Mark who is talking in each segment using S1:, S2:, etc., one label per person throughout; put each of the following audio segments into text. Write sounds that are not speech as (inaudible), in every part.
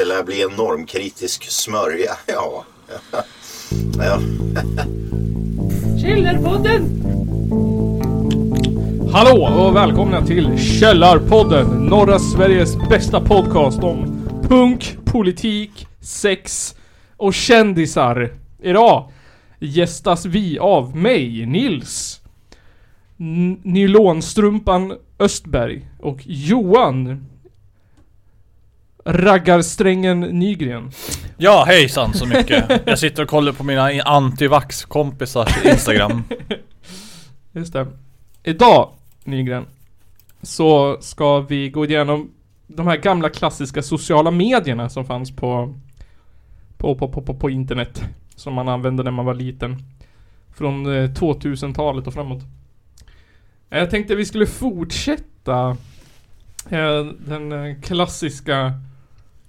S1: här bli en normkritisk smörja? (laughs) Ja. ja.
S2: Källarpodden!
S3: Hallå och välkomna till Källarpodden, norra Sveriges bästa podcast om punk, politik, sex och kändisar. Idag gästas vi av mig, Nils, N- Nylonstrumpan Östberg och Johan Raggarsträngen Nygren.
S4: Ja, hejsan så mycket. Jag sitter och kollar på mina antivax kompisars Instagram.
S3: Just det. Idag, Nygren, så ska vi gå igenom de här gamla klassiska sociala medierna som fanns på på, på, på, på, på internet. Som man använde när man var liten. Från eh, 2000-talet och framåt. Eh, Jag tänkte vi skulle fortsätta eh, den eh, klassiska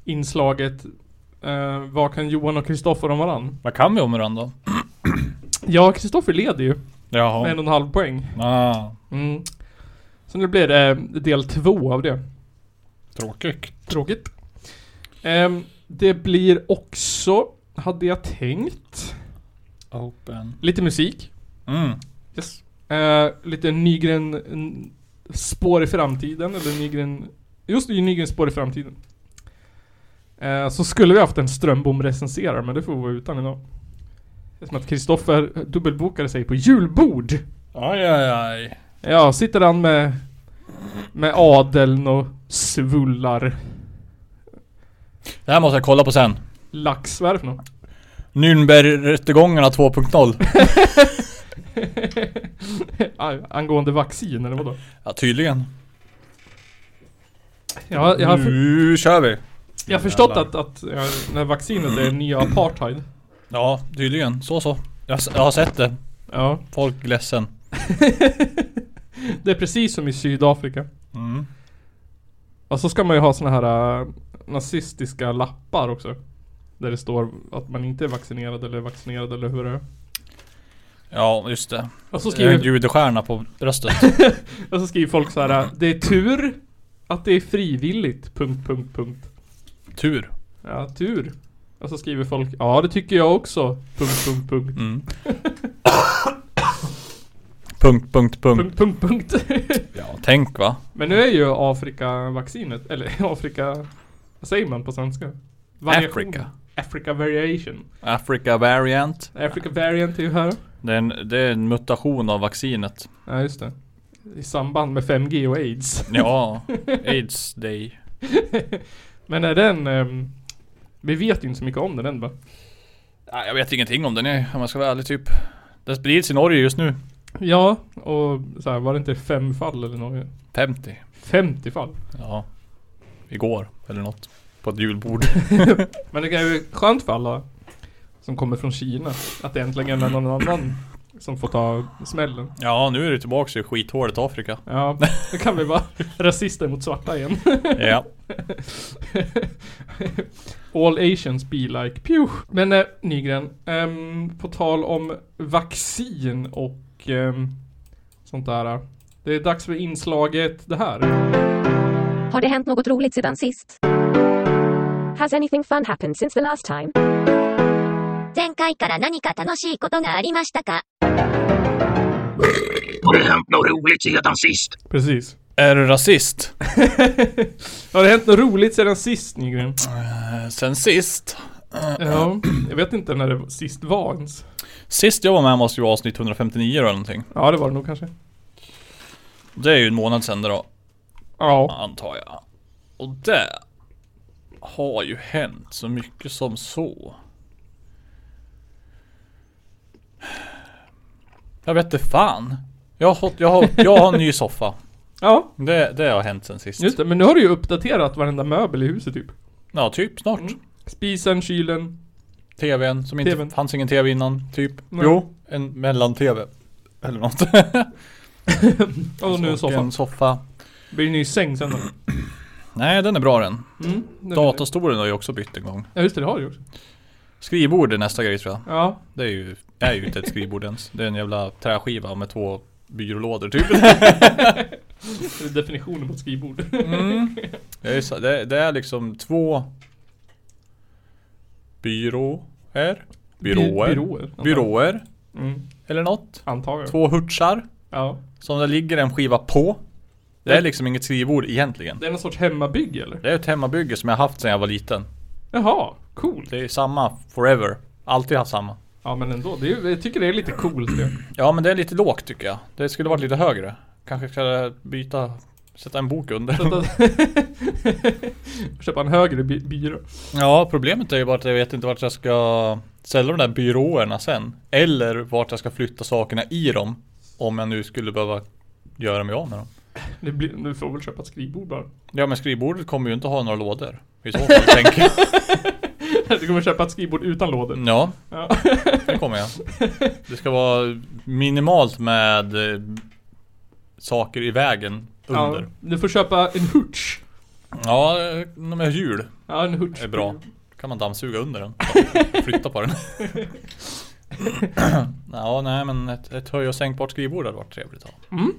S3: inslaget eh, Vad kan Johan och Kristoffer om varann?
S4: Vad kan vi om Miranda?
S3: Ja, Kristoffer leder ju med en
S4: Jaha.
S3: och en halv poäng.
S4: Ah,
S3: Mm. Så nu blir det eh, del två av det.
S4: tråkigt.
S3: Tråkigt. Ehm, det blir också, hade jag tänkt,
S4: Open.
S3: lite musik.
S4: Mm.
S3: Yes. Eh, lite Nygren n- spår i framtiden, eller Nygren... Just det, Nygren spår i framtiden. Eh, så skulle vi haft en Strömbom recenserar, men det får vi vara utan idag. Det är som att Kristoffer dubbelbokade sig på julbord.
S4: Aj, aj, aj.
S3: Ja, sitter han med Med adeln och svullar
S4: Det här måste jag kolla på sen.
S3: lax, vad är det för (laughs) något?
S4: Nürnbergrättegångarna 2.0.
S3: Ah, Angående vaccin eller vadå?
S4: Ja, tydligen.
S3: Jag, har- jag, har, för,
S4: Nu kör vi.
S3: jag har förstått att, att ja, när vaccinet är nya apartheid
S4: Ja, tydligen. Så så. Jag, s- jag har sett det.
S3: Ja
S4: Folk ledsen.
S3: Det är precis som i Sydafrika
S4: Mm.
S3: Och så ska man ju ha såna här äh, nazistiska lappar också Där det står att man inte är vaccinerad eller vaccinerad eller hur det är
S4: Ja, just det.
S3: Och så
S4: Det är en
S3: skriver,
S4: judestjärna på bröstet.
S3: och så skriver folk så här äh, Det är tur att det är frivilligt... Punkt, punkt, punkt
S4: Tur.
S3: Ja, tur. Och så skriver folk Ja, det tycker jag också. Punkt, punkt, punkt.
S4: Mm.
S3: (laughs)
S4: punkt, punkt, punkt.
S3: Punkt, punkt, punkt.
S4: Ja, tänk va.
S3: Men nu är ju Afrika-vaccinet, eller (laughs) Afrika... Vad säger man på svenska?
S4: Africa.
S3: Africa variation.
S4: Africa variant.
S3: Africa variant är ju här.
S4: Det är, en, det är en mutation av vaccinet.
S3: Ja, just det. I samband med 5G och AIDS.
S4: Ja, aids day.
S3: Men är den... ehm, vi vet ju inte så mycket om den än va?
S4: Nej, Jag vet ingenting om den jag- om jag ska vara ärlig typ. Den sprids i Norge just nu.
S3: Ja, och så här, var det inte fem fall eller något?
S4: 50.
S3: 50 fall.
S4: Ja. Igår, eller något. På ett julbord.
S3: Men det är ju skönt för alla som kommer från Kina att det äntligen är någon annan som får ta smällen.
S4: Ja, nu är du tillbaks i skithålet Afrika.
S3: Ja, då kan vi vara rasister mot svarta igen.
S4: Ja.
S3: (laughs) All asians be like pew. Men eh, Nygren, ehm, på tal om vaccin och ehm, sånt där. eh, Det är dags för inslaget det här.
S5: Har det hänt något roligt sedan sist? Has anything fun happened since the last time?
S6: 前回から何か楽しいことがありましたか
S7: Har det hänt något roligt sedan sist?
S3: Precis.
S4: Är du rasist?
S3: Har det hänt något roligt sedan sist Nygren?
S4: Eh, Sen sist.
S3: Ja, jag vet inte när det sist var ens.
S4: Sist jag var med måste ju vara avsnitt 159 eller någonting.
S3: Ja, det var det nog kanske.
S4: Det är ju en månad sen då,
S3: Ja.
S4: antar jag. Och det har ju hänt så mycket som så. Jag vet inte fan. Jag har, fått, jag har, jag har en ny soffa.
S3: Ja,
S4: Det, det har hänt sen sist.
S3: just det. Men nu har du ju uppdaterat varenda möbel i huset typ.
S4: Ja, typ snart.
S3: Spisen, kylen.
S4: TVn som inte
S3: Mm. TVn.
S4: fanns ingen TV innan, typ.
S3: Nej.
S4: Jo, en mellan-TV. Eller något.
S3: Och nu en
S4: Och
S3: soffa.
S4: En soffa.
S3: Det blir en ny säng sen då.
S4: Nej, den är bra den.
S3: Mm, det blir det.
S4: Datastolen har jag också bytt en gång.
S3: Ja just det, det har du gjort.
S4: Skrivbord är nästa grej tror jag.
S3: Ja.
S4: Det är ju, är ju inte ett skrivbord ens. Det är en jävla träskiva med två byrålådor typ.
S3: Det är definitionen på ett skrivbord.
S4: Det, är, så- det, det är liksom två Byrå? Här?
S3: By-
S4: Byråer?
S3: byråer, antar jag.
S4: Byråer?
S3: Mm,
S4: Eller något?
S3: (laughs) antar jag.
S4: Två hurtsar?
S3: Ja.
S4: Som det ligger en skiva på? Det
S3: Det-
S4: är liksom inget skrivbord egentligen.
S3: Det är någon sorts hemmabygge eller?
S4: Det är ett hemmabygge som jag haft sedan jag var liten.
S3: Jaha, coolt.
S4: Det är samma forever. Alltid haft samma.
S3: Ja men ändå, det är, ju- jag tycker det är lite coolt det.
S4: Ja men det är lite lågt tycker jag. Det skulle varit lite högre. Kanske ska byta, sätta en bok under.
S3: Så att- (laughs) Köpa en högre by- byrå.
S4: Ja problemet är ju bara att jag vet inte vart jag ska sälja de där byråerna sen. Eller vart jag ska flytta sakerna i dem. Om jag nu skulle behöva göra mig av med dem.
S3: Det blir, du får väl köpa ett skrivbord bara. (laughs)
S4: Ja men skrivbordet kommer ju inte ha några lådor. I så fall tänker jag.
S3: Du kommer köpa ett skrivbord utan lådor.
S4: Ja,
S3: Ja.
S4: det kommer jag. Det ska vara minimalt med eh, saker i vägen under.
S3: ja. Du får köpa en hurts.
S4: Ja, eh, de är hjul
S3: Ja, en hurts.
S4: är bra. Kan man dammsuga under den.
S3: (laughs)
S4: Flytta på den. ja, nej men ett, ett höj och sänkbart skrivbord hade varit trevligt att ha.
S3: Mm.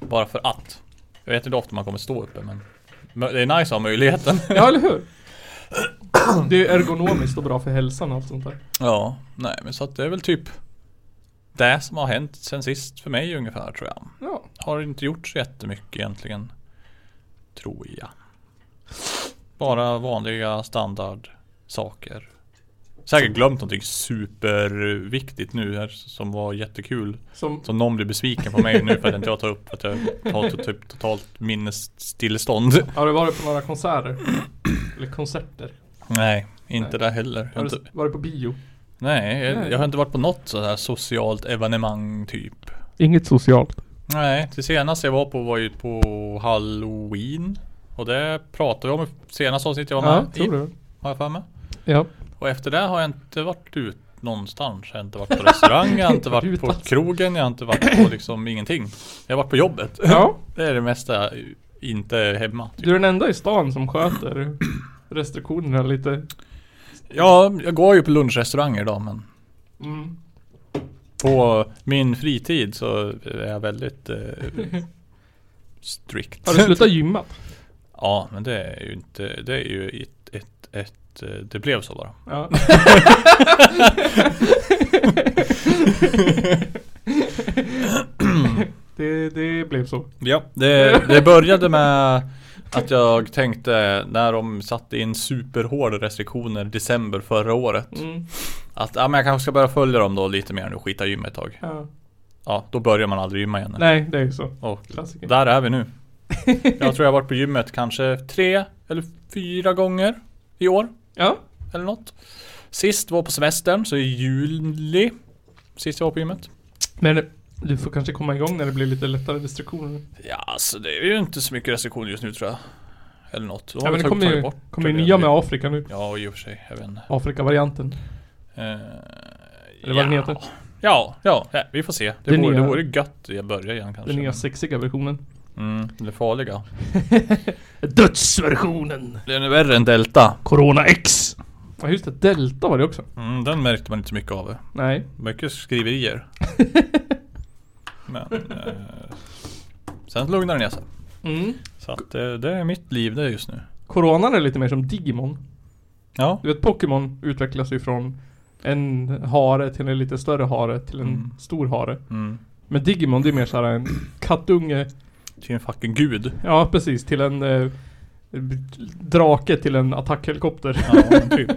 S4: Bara för att. Jag vet inte hur ofta man kommer stå uppe men mö- det är nice att ha möjligheten.
S3: (laughs) Ja, eller hur? (clears throat) Det är ju ergonomiskt och bra för hälsan och allt sånt där.
S4: ja, nej men så att det är väl typ det som har hänt sen sist för mig ungefär tror jag.
S3: Ja.
S4: Har inte gjort så jättemycket egentligen. Tror jag. Bara vanliga standardsaker. Säkert glömt någonting superviktigt nu här som var jättekul.
S3: Som,
S4: Så någon blir besviken på mig nu för att inte jag tar upp att jag har to- typ totalt minnesstillestånd.
S3: har du varit på några konserter? Eller konserter?
S4: Nej, inte där heller. Jag
S3: Har
S4: har
S3: du
S4: inte,
S3: s- varit på bio?
S4: nej, jag,
S3: Nej.
S4: jag har inte varit på något sådär socialt evenemang typ.
S3: Inget socialt.
S4: Nej, det senaste jag var på var ju på halloween. Och det pratade vi om i senaste avsnittet jag var
S3: Ja,
S4: med i,
S3: tror du.
S4: har jag för mig.
S3: Ja.
S4: Och efter det har jag inte varit ut någonstans. Jag har inte varit på restaurang, jag har inte varit på
S3: Utan-
S4: krogen, jag har inte varit på liksom ingenting. Jag har varit på jobbet.
S3: Ja.
S4: (laughs) Det är det mesta jag inte är hemma. Typ.
S3: Du är den enda i stan som sköter restriktionerna lite.
S4: Ja, jag går ju på lunchrestauranger idag men
S3: Mm.
S4: på min fritid så är jag väldigt eh,
S3: (laughs)
S4: strikt.
S3: Har du slutat gymma?
S4: Ja, men det är ju inte, det är ju ett, ett, ett eh, det blev så bara.
S3: Ja. (laughs) det, det blev så.
S4: Ja, det, det började med att jag tänkte när de satte in superhårda restriktioner i december förra året.
S3: Mm.
S4: Att ja, men jag kanske ska börja följa dem då lite mer nu och skita i gymmet ett tag.
S3: Ja.
S4: Ja, då börjar man aldrig gymma igen.
S3: Nej, det är ju så.
S4: Och
S3: Klassiker.
S4: där är vi nu. Jag tror jag har varit på gymmet kanske tre eller fyra gånger i år.
S3: Ja.
S4: eller något. Sist var på semestern, så i juli. Sist jag var på gymmet.
S3: Men du får kanske komma igång när det blir lite lättare restriktioner.
S4: Ja, så det är ju inte så mycket restriktioner just nu tror jag. Eller något. Då har
S3: Ja, men
S4: vi
S3: det
S4: tagit-
S3: kommer
S4: tagit
S3: ju,
S4: bort
S3: kommer ju
S4: det.
S3: nya med Afrika nu.
S4: Ja, i och för sig. Jag vet inte.
S3: Afrika-varianten.
S4: Eh,
S3: Eller vad den
S4: ja.
S3: heter.
S4: Ja, ja, ja, vi får se. Det,
S3: Det
S4: vore,
S3: nya-
S4: det vore gött att börja igen kanske.
S3: Den nya
S4: men-
S3: sexiga versionen.
S4: Mm, det är farliga.
S3: Dödsversionen!
S4: Det är värre än Delta.
S3: Corona X! Ja just det, Delta var det också.
S4: Mm, den märkte man inte så mycket av.
S3: Nej. (laughs)
S4: Mycket skriverier. men... Eh, sen lugnade det ner sig.
S3: Mm.
S4: Så att det, det är mitt liv det just nu.
S3: Coronan är lite mer som Digimon.
S4: Ja.
S3: Du vet Pokémon utvecklas ju från en hare till en lite större hare till en
S4: Mm.
S3: stor hare.
S4: Mm.
S3: Men Digimon det är mer såhär en kattunge,
S4: Till en fucking gud.
S3: ja precis, till en eh, drake till en attackhelikopter.
S4: Ja, typ.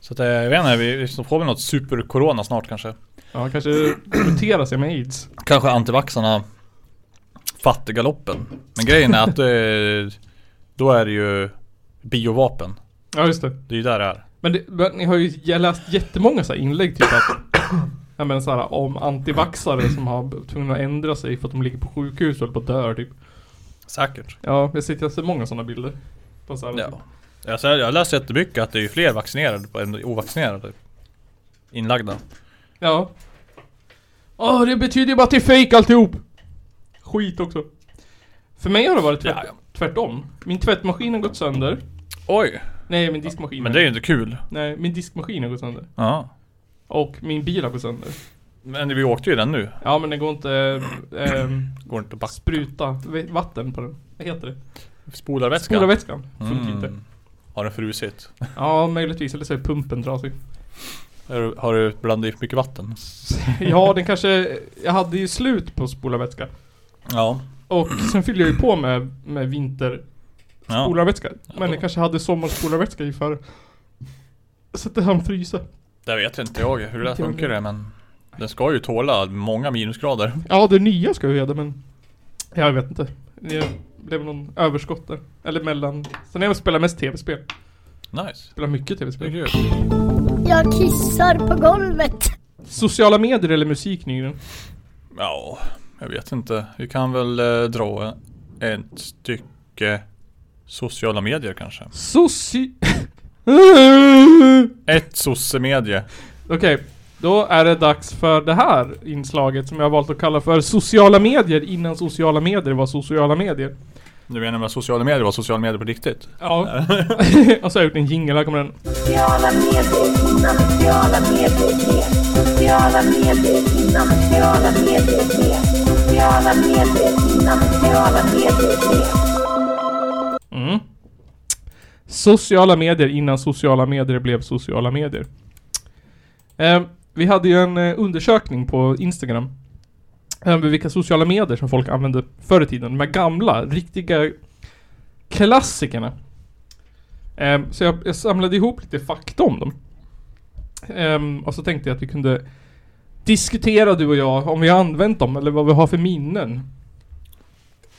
S4: Så att, eh, jag vet inte, vi vi får väl något super-corona snart kanske.
S3: Ja, kanske mutera sig med aids.
S4: Kanske antivaxarna fattar galoppen. Men grejen är att eh, då är det ju biovapen.
S3: Ja just det.
S4: Det är ju där det är.
S3: Men, det, men ni har ju jag har läst jättemånga så här inlägg typ att (coughs) Ja men såhär om antivaxare som har b- tvungna att ändra sig för att de ligger på sjukhus och håller på att dö typ.
S4: Säkert.
S3: Ja, jag sitter jag ser många sådana bilder. På så här,
S4: Ja. Jag ser- jag har läst jättemycket att det är ju fler vaccinerade på- än ovaccinerade. Inlagda.
S3: Ja. Åh, det betyder ju bara att det är fejk alltihop! Skit också. För mig har det varit tvärt,
S4: Ja, ja.
S3: tvärtom. Min tvättmaskin har gått sönder.
S4: Oj!
S3: Nej, min diskmaskin.
S4: Men det är ju inte kul.
S3: Nej, min diskmaskin har gått sönder.
S4: Ja.
S3: Och min bil har gått sönder.
S4: Men vi åkte ju den nu.
S3: Ja, men det går inte... ehm,
S4: Går inte att backa.
S3: spruta v- vatten på den. Vad heter det?
S4: Spolarvätska.
S3: Spolarvätskan. Funkar
S4: Mm.
S3: inte.
S4: Har den frusit?
S3: Ja, möjligtvis. Eller så är pumpen trasig. (laughs)
S4: Har du, har du blandat i för mycket vatten?
S3: Ja, den kanske... Jag hade ju slut på spolarvätska.
S4: Ja.
S3: Och sen fyllde jag ju på med, med
S4: ja.
S3: vinterspolarvätska. Men jag kanske hade sommarspolarvätska i för Så att det hann frysa.
S4: Det vet inte jag hur det funkar det men Den ska ju tåla många minusgrader.
S3: Ja, det nya ska jag göra men... Jag vet inte. Det blev någon överskott där. Eller mellan... Sen har jag spelat mest tv-spel.
S4: Nice.
S3: Spelar mycket
S4: Det är
S3: tv-spel.
S4: kul.
S2: Jag kissar på golvet.
S3: Sociala medier eller musik Nygren?
S4: Ja, jag vet inte. Vi kan väl eh, dra ett stycke sociala medier kanske.
S3: Soci...
S4: Ett sossemedie.
S3: (laughs) Okej, då är det dags för det här inslaget som jag har valt att kalla för sociala medier innan sociala medier var sociala medier.
S4: Du menar med sociala medier var sociala medier på riktigt?
S3: Ja. (laughs) och så har jag gjort en jingel, här kommer den. Mm. Sociala medier innan sociala medier blev sociala medier. Eh, vi hade ju en eh, undersökning på Instagram. Över vilka sociala medier som folk använde förr i tiden. De här gamla, riktiga klassikerna. Ehm, så jag, jag samlade ihop lite fakta om dem. Ehm, och så tänkte jag att vi kunde diskutera du och jag om vi har använt dem eller vad vi har för minnen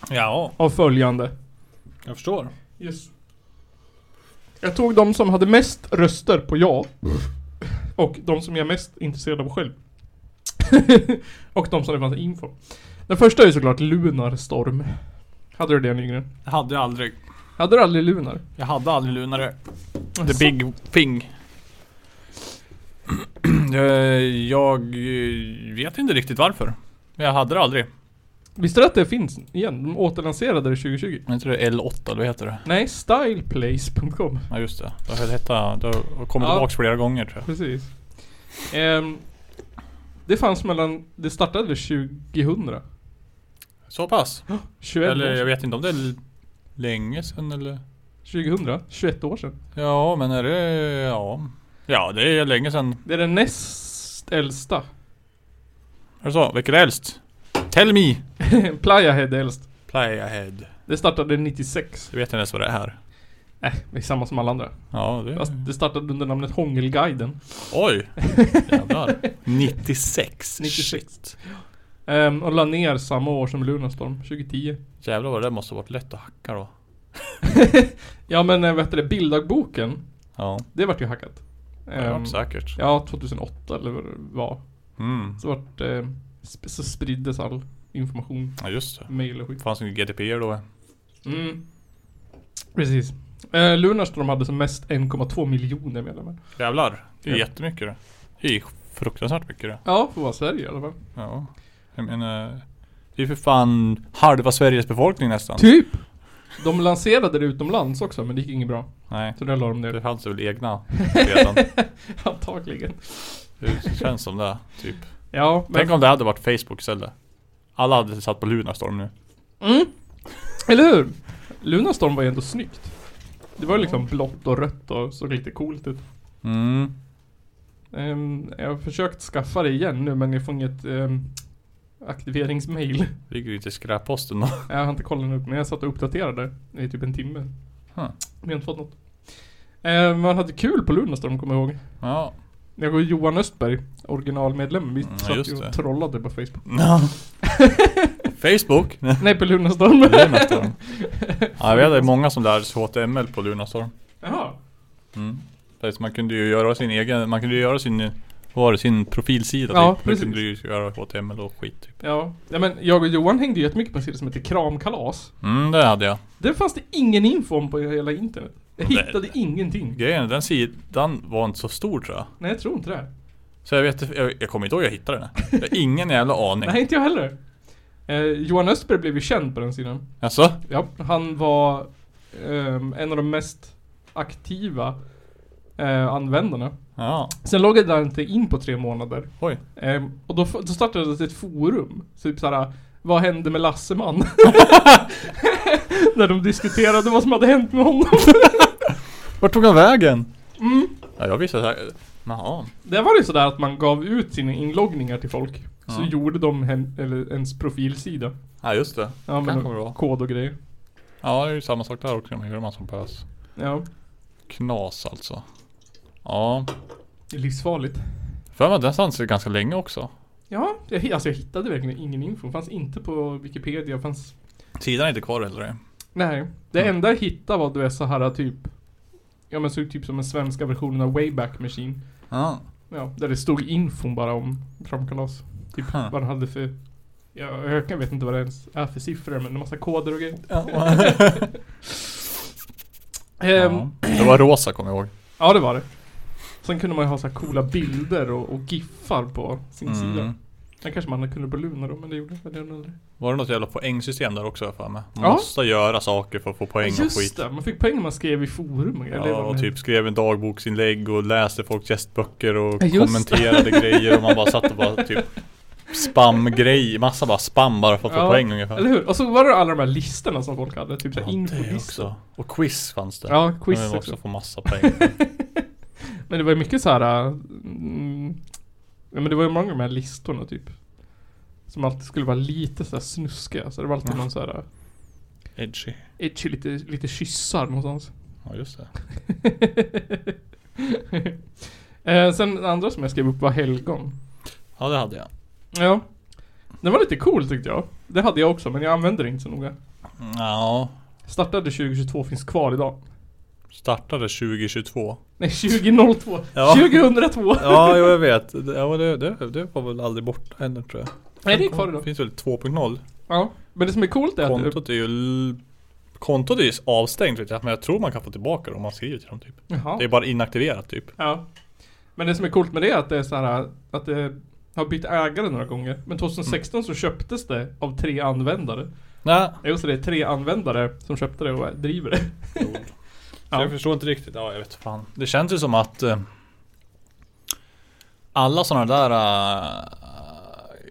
S4: Ja,
S3: av följande.
S4: jag förstår.
S3: Yes. Jag tog de som hade mest röster på ja. Och de som jag är mest intresserad av själv. (laughs) och de som det fanns info. Den första är ju såklart Lunarstorm. Hade du det Nygren?
S4: Jag hade aldrig.
S3: Hade du aldrig Lunar?
S4: Jag hade aldrig lunare.
S3: Alltså.
S4: The big thing. (clears throat) Eh, jag eh, vet inte riktigt varför. Men jag hade det aldrig.
S3: Visste du att det finns igen? De återlanserade det 2020.
S4: Jag tror det är L8, eller vad heter det?
S3: Nej, styleplace.com.
S4: Ja just det. Det har, heta, det har kommit
S3: Ja.
S4: tillbaks flera gånger tror jag.
S3: Precis. Ehm, det fanns mellan... Det startade 2000.
S4: Så pass?
S3: 21
S4: Eller jag
S3: år
S4: vet inte om det är l- länge sedan eller?
S3: sedan. 2000? 21 år sedan.
S4: Ja men är det... Ja. Ja det är länge sedan.
S3: Det är den näst äldsta. (laughs)
S4: Är det så? Vilket är äldst? Tell me!
S3: Playahead är äldst.
S4: Play ahead.
S3: Det startade 96.
S4: Du vet inte ens vad det är här.
S3: Nej, det är samma som alla andra.
S4: Ja det...
S3: Fast det startade under namnet Hångelguiden.
S4: (laughs) Oj! Jävlar. 96.
S3: 96.
S4: Shit.
S3: Ehm, och la ner samma år som Lunarstorm, 2010.
S4: Jävlar vad det måste ha varit lätt att hacka då.
S3: Ja men äh, vet du det, bilddagboken.
S4: Ja.
S3: Det vart ju hackat.
S4: Det har
S3: Ehm,
S4: varit säkert.
S3: Ja, 2008 eller vad det var.
S4: Mm.
S3: Så, vart, eh, sp- så spriddes all information,
S4: Ja just det.
S3: mail och skit.
S4: Fanns inget GDPR då?
S3: Mm. Precis. Eh, Lunarstorm hade som mest 1,2 miljoner medlemmar.
S4: Jävlar. Det är
S3: Ja.
S4: jättemycket det. Det är fruktansvärt mycket det.
S3: Ja, för att vara Sverige i alla fall.
S4: Ja. Jag menar, det är ju för fan halva Sveriges befolkning nästan.
S3: Typ! De lanserade det utomlands också, men det gick inget bra.
S4: Nej.
S3: Så där la de
S4: Det
S3: ner
S4: fanns väl egna redan.
S3: (laughs) antagligen.
S4: Det känns som det, typ.
S3: Ja, men...
S4: Tänk om det hade varit Facebook istället. Alla hade satt på Lunarstorm nu.
S3: Mm. Eller hur? Lunarstorm var ju ändå snyggt. Det var ju liksom blått och rött och såg lite coolt ut.
S4: Mm.
S3: Ehm, jag har försökt skaffa det igen nu, men jag får inget ehm, aktiveringsmail.
S4: Ligger ju inte i skräpposten då.
S3: Jag har inte kollat upp, men jag satt och uppdaterade i typ en timme.
S4: Huh.
S3: Men jag har inte fått något. Eh, man hade kul på Lunarstorm, kommer jag ihåg.
S4: (laughs) Ja.
S3: Jag och Johan Östberg, originalmedlem, vi
S4: Mm,
S3: satt
S4: just
S3: ju
S4: det.
S3: och trollade på Facebook.
S4: Facebook?
S3: (laughs) Nej, på Lunarstorm.
S4: Lunarstorm. Ja, vi hade många som lärde sig HTML på Lunarstorm.
S3: (laughs) Jaha.
S4: Mm. Fast Man kunde ju göra sin egen, man kunde ju göra sin, vad var det, sin profilsida
S3: Ja,
S4: typ. Man
S3: precis.
S4: kunde ju göra HTML och skit typ.
S3: Ja. ja, men jag och Johan hängde ju jättemycket på en sida som heter Kramkalas.
S4: Mm, det hade jag.
S3: Det fanns det ingen info om på hela internet. Jag
S4: Nej.
S3: hittade ingenting.
S4: Grejen är, den sidan var inte så stor tror jag.
S3: Nej, jag tror inte det.
S4: Så jag vet jag, jag kommer inte ihåg hur jag hittade den. Jag har ingen jävla aning.
S3: Nej, inte jag heller. Eh, Johan Östberg blev ju känd på den sidan.
S4: Alltså?
S3: Ja, han var ehm, en av de mest aktiva eh, användarna.
S4: Ja.
S3: Sen loggade han inte in på tre månader.
S4: Oj.
S3: Ehm, och då, f- då startades ett forum. Typ såhär, vad hände med Lasseman? (laughs) Där de diskuterade vad som hade hänt med honom.
S4: Vart tog han vägen?
S3: Mm.
S4: Ja, jag visste såhär. Jaha.
S3: (laughs) Där var det sådär att man gav ut sina inloggningar till folk. Så gjorde de hen, eller ens profilsida.
S4: Ja, just det.
S3: Ja
S4: Kan
S3: men
S4: vara bra.
S3: kod och grejer.
S4: Ja, det är ju samma sak där också. Man gör en massa pass.
S3: Ja.
S4: Knas alltså. Ja.
S3: Det är livsfarligt.
S4: För mig att den fanns ju ganska länge också.
S3: Ja, jag, alltså jag hittade verkligen ingen info. Fanns inte på Wikipedia, fanns...
S4: Sidan är inte kvar heller.
S3: Nej. Det
S4: Mm.
S3: enda jag hittade var du vet så här typ... Ja men såg typ som den svenska versionen av Wayback Machine.
S4: (laughs) Ja.
S3: Ja, där det stod infon bara om Framkalas. Typ
S4: Huh.
S3: vad den hade för... Ja, jag kan- vet inte vad det ens är för siffror men en massa koder och grejer. Ehm,
S4: ja. Det var rosa kommer jag ihåg.
S3: Ja det var det. Sen kunde man ju ha så här coola bilder och, och giffar på sin sida.
S4: Mm.
S3: Det kanske man kunde på Luna då men det gjorde jag aldrig.
S4: Var det något jävla poängsystem där också jag har för mig? Man
S3: Ja.
S4: måste göra saker för att få poäng och skit.
S3: Just det, man fick poäng när man skrev i forum och grejer. Det
S4: Ja,
S3: var
S4: och
S3: med-
S4: typ skrev en dagboksinlägg och läste folks gästböcker och
S3: Ja, just
S4: kommenterade grejer och man bara satt och bara typ Spamgrej, massa bara spam bara för att få
S3: Ja,
S4: poäng ungefär.
S3: Eller hur? Och så var det alla de här listorna som folk hade, typ
S4: Ja,
S3: såhär
S4: det
S3: infolistor.
S4: också. Och quiz fanns det.
S3: Ja,
S4: Men
S3: quiz
S4: man
S3: också.
S4: också få massa poäng. (laughs)
S3: Men det var ju mycket så här. äh, Mm, ja men det var ju många av de här listorna typ. Som alltid skulle vara lite så här snuskiga. Så det var alltid någon så här.
S4: Edgy.
S3: äh, Edgy, lite, lite kyssar någonstans. (laughs)
S4: Ja just det.
S3: eh, sen det andra som jag skrev upp var helgon.
S4: Ja det hade jag.
S3: Ja. Den var lite cool tyckte jag. Det hade jag också men jag använde det inte så noga.
S4: Ja.
S3: Startade 2022, finns kvar idag.
S4: Startade 2022.
S3: Nej 2002.
S4: Ja.
S3: 2002.
S4: Ja, jo, jag vet. Det- Ja, men det, det, det var väl aldrig borta ännu tror jag.
S3: Nej det är kvar idag.
S4: Finns väl 2.0?
S3: Ja. Men det som är coolt är att...
S4: Kontot är ju... l- Kontot är ju avstängt vet jag, men jag tror man kan få tillbaka det om man skriver till dem typ.
S3: Jaha.
S4: Det är bara inaktiverat typ.
S3: Ja. Men det som är coolt med det är att det är så här att det har bytt ägare några gånger. Men 2016
S4: Mm.
S3: så köptes det av tre användare.
S4: Nej,
S3: Jo, så det är tre användare som köpte det och driver det. Ja.
S4: jag förstår inte riktigt. Ja, jag vet fan. Det känns ju som att eh, alla sådana där eh,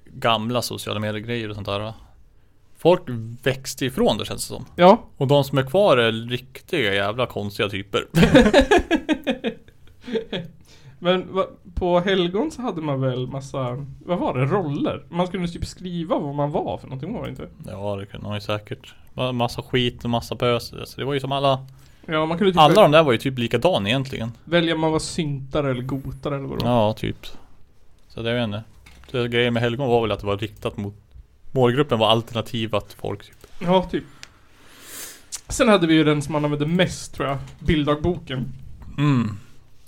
S4: gamla sociala medier-grejer och sånt där. va? Folk växte ifrån det känns det som.
S3: Ja,
S4: Och de som är kvar är riktiga jävla konstiga typer. (laughs)
S3: men va, på helgon så hade man väl massa, vad var det, roller? Man skulle typ skriva vad man var för någonting, var det inte?
S4: ja, det kunde man ju säkert. Ma- Massa skit och massa pös. Så det var ju som alla.
S3: Ja, man kunde typ
S4: Alla de där var ju typ likadana egentligen.
S3: välja om man var syntare eller gotare eller vad det var.
S4: Ja, typ. Så det jag vet inte. Det grejen med helgon var väl att det var riktat mot Målgruppen var alternativat folk typ.
S3: Ja, typ. Sen hade vi ju den som man använde mest tror jag, bilddagboken.
S4: Mm.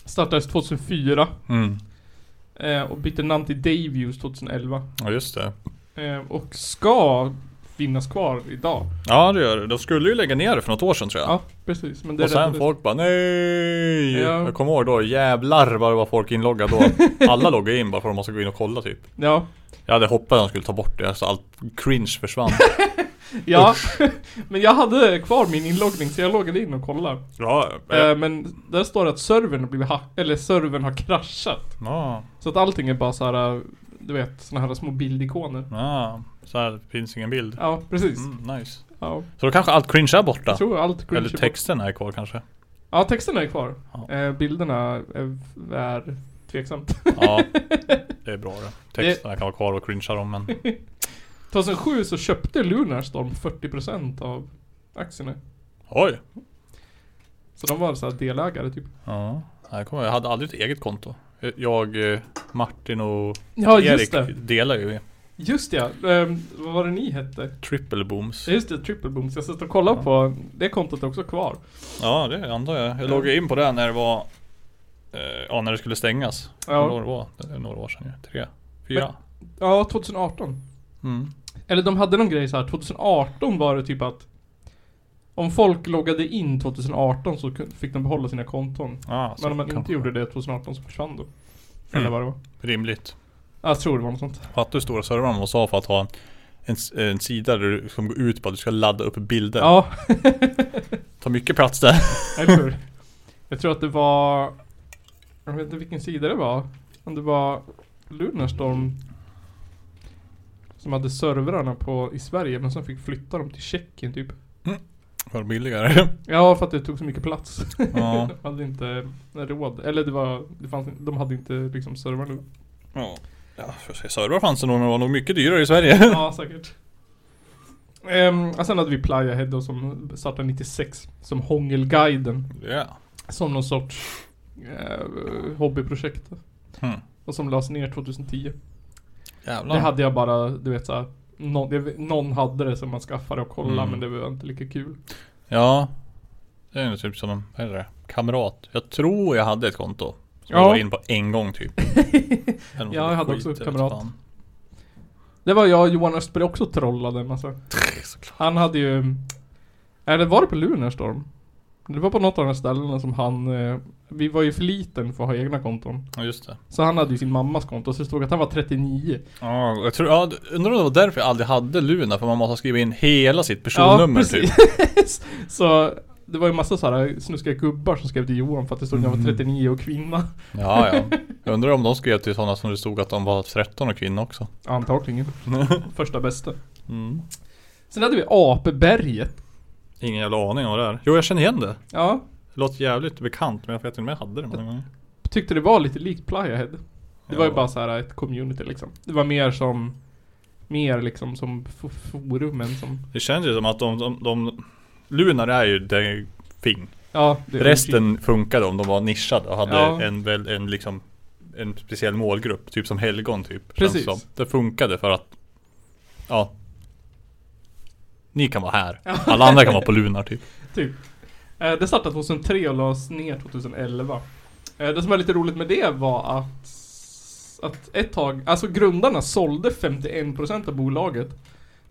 S3: Startades 2004
S4: Mm.
S3: eh, och bytte namn till Dayviews 2011.
S4: Ja just det.
S3: Eh, och ska finnas kvar idag.
S4: Ja det gör det. De skulle ju lägga ner det för något år sedan tror jag.
S3: Ja, precis. Men det
S4: och sen
S3: räddades.
S4: folk bara nej.
S3: Ja.
S4: Jag kommer ihåg då jävlar vad det var folk inloggade då.
S3: (laughs)
S4: Alla loggade in bara för att de ska gå in och kolla typ.
S3: Ja.
S4: Jag hade hoppats att de skulle ta bort det så allt cringe
S3: (laughs)
S4: försvann.
S3: Ja, (laughs) men jag hade kvar min inloggning så jag loggade in och kollade.
S4: ja.
S3: Eh, men där står det att servern har blivit hack- eller servern har kraschat.
S4: Ja.
S3: Så att allting är bara så här, eh, du vet, såna här små bildikoner.
S4: Ja. Så här finns ingen bild.
S3: Ja, precis.
S4: Mm, nice.
S3: Ja,
S4: Så då kanske allt cringe är borta.
S3: jag tror allt cringe
S4: Eller
S3: är bort.
S4: texten är kvar kanske.
S3: Ja, texten är kvar.
S4: Ja.
S3: Eh, bilderna är, är tveksamt.
S4: Ja, det är bra det. Texterna kan vara kvar och cringea dem men
S3: 2007 så köpte Lunarstorm 40% av aktierna.
S4: oj!
S3: Så de var så här delägare typ.
S4: Ja, här kommer jag. jag hade aldrig ett eget konto. Jag, eh, Martin och
S3: Ja, just
S4: Erik
S3: det.
S4: delar ju
S3: Just det, ja. Ehm, vad var det ni hette?
S4: triple booms.
S3: Ja, Just det, triple booms. Jag satt och kollade på, det kontot är också kvar.
S4: Ja, det antar jag. Jag loggade in på det när det var eh, Ja, när det skulle stängas. Ja.
S3: Ja,
S4: Några år, det är några år sedan ju. Tre, fyra.
S3: ja 2018.
S4: Mm.
S3: Eller de hade någon grej så här. 2018 var det typ att om folk loggade in 2018 så kun- fick de behålla sina konton.
S4: Ja,
S3: Men om man inte
S4: kanske.
S3: gjorde det 2018 så försvann de. Eller
S4: Mm.
S3: vad det var.
S4: Rimligt.
S3: Ja, Jag tror det var något sånt.
S4: Fattar du hur stora servrarna måste ha för att ha en, en, s- en sida där du, som går ut på att du ska ladda upp bilder.
S3: Ja,
S4: Tar mycket plats där. (laughs)
S3: eller hur? Jag tror att det var... Jag vet inte vilken sida det var. Om det var Lunarstorm som hade servrarna på, i Sverige men sen fick flytta dem till Tjeckien typ.
S4: Var billigare.
S3: Ja, för att det tog så mycket plats.
S4: ja.
S3: (laughs) De hade inte råd. Eller det var, det fanns, de hade inte liksom servrar nog.
S4: ja. Ja, för sig, servrar fanns det nog, men det var nog mycket dyrare i Sverige. (laughs)
S3: Ja, säkert. Um, och sen hade vi Playahead då som startade 96 som Hångelguiden.
S4: Ja.
S3: Som någon sorts eh, hobbyprojekt.
S4: Hmm.
S3: Och som lades ner 2010.
S4: Jävlar.
S3: Det hade jag bara, du vet såhär någon, det- någon hade det som man skaffade och kollade
S4: Mm.
S3: men det var inte lika kul.
S4: Ja. Det är ju typ som en, vad heter det? Kamrat. Jag tror jag hade ett konto. Som
S3: Ja.
S4: jag var in på en gång (laughs) typ. Eller något
S3: Ja, jag hade
S4: skit,
S3: också
S4: vet
S3: kamrat.
S4: fan.
S3: Det var jag och Johan Östberg också trollade en massa. Han hade ju... Eller var det på Lunarstorm? Det var på något av de här ställena som han... eh, Vi var ju för liten för att ha egna konton.
S4: Ja, just det.
S3: Så han hade ju sin mammas konto, så det stod att han var 39.
S4: Ja, jag tror, ja, undrar om det var därför jag aldrig hade Luna. För man måste skriva in hela sitt personnummer typ.
S3: (laughs) så det var ju massa så här snuskiga gubbar som skrev till Johan för att det stod att han var
S4: Mm.
S3: 39 och kvinna.
S4: Ja, ja. Jag undrar om de skrev till sådana som det stod att de var 13 och kvinna (laughs) också.
S3: Antagligen. Första bästa.
S4: Mm.
S3: Sen hade vi Apeberget.
S4: Ingen jävla aning om det är. Jo, jag känner igen det.
S3: Ja,
S4: Det låter jävligt bekant, men jag vet inte om jag hade det många gånger.
S3: tyckte det var lite likt Playahead. Det var ju
S4: Ja.
S3: bara så här ett community liksom. Det var mer som Mer liksom som f- forumen som
S4: Det känns ju som att de, de, de Lunar är ju det thing.
S3: Ja, det
S4: Resten funkade om de var nischade och hade
S3: Ja.
S4: en, väl, en liksom En speciell målgrupp, typ som helgon typ. känns
S3: Precis.
S4: Som. Det funkade för att Ja Ni kan vara här. Alla andra kan vara på Lunar typ.
S3: Typ. Eh, Det startade 2003 och lades ner 2011. Eh, Det som var lite roligt med det var att att ett tag, alltså grundarna sålde 51% av bolaget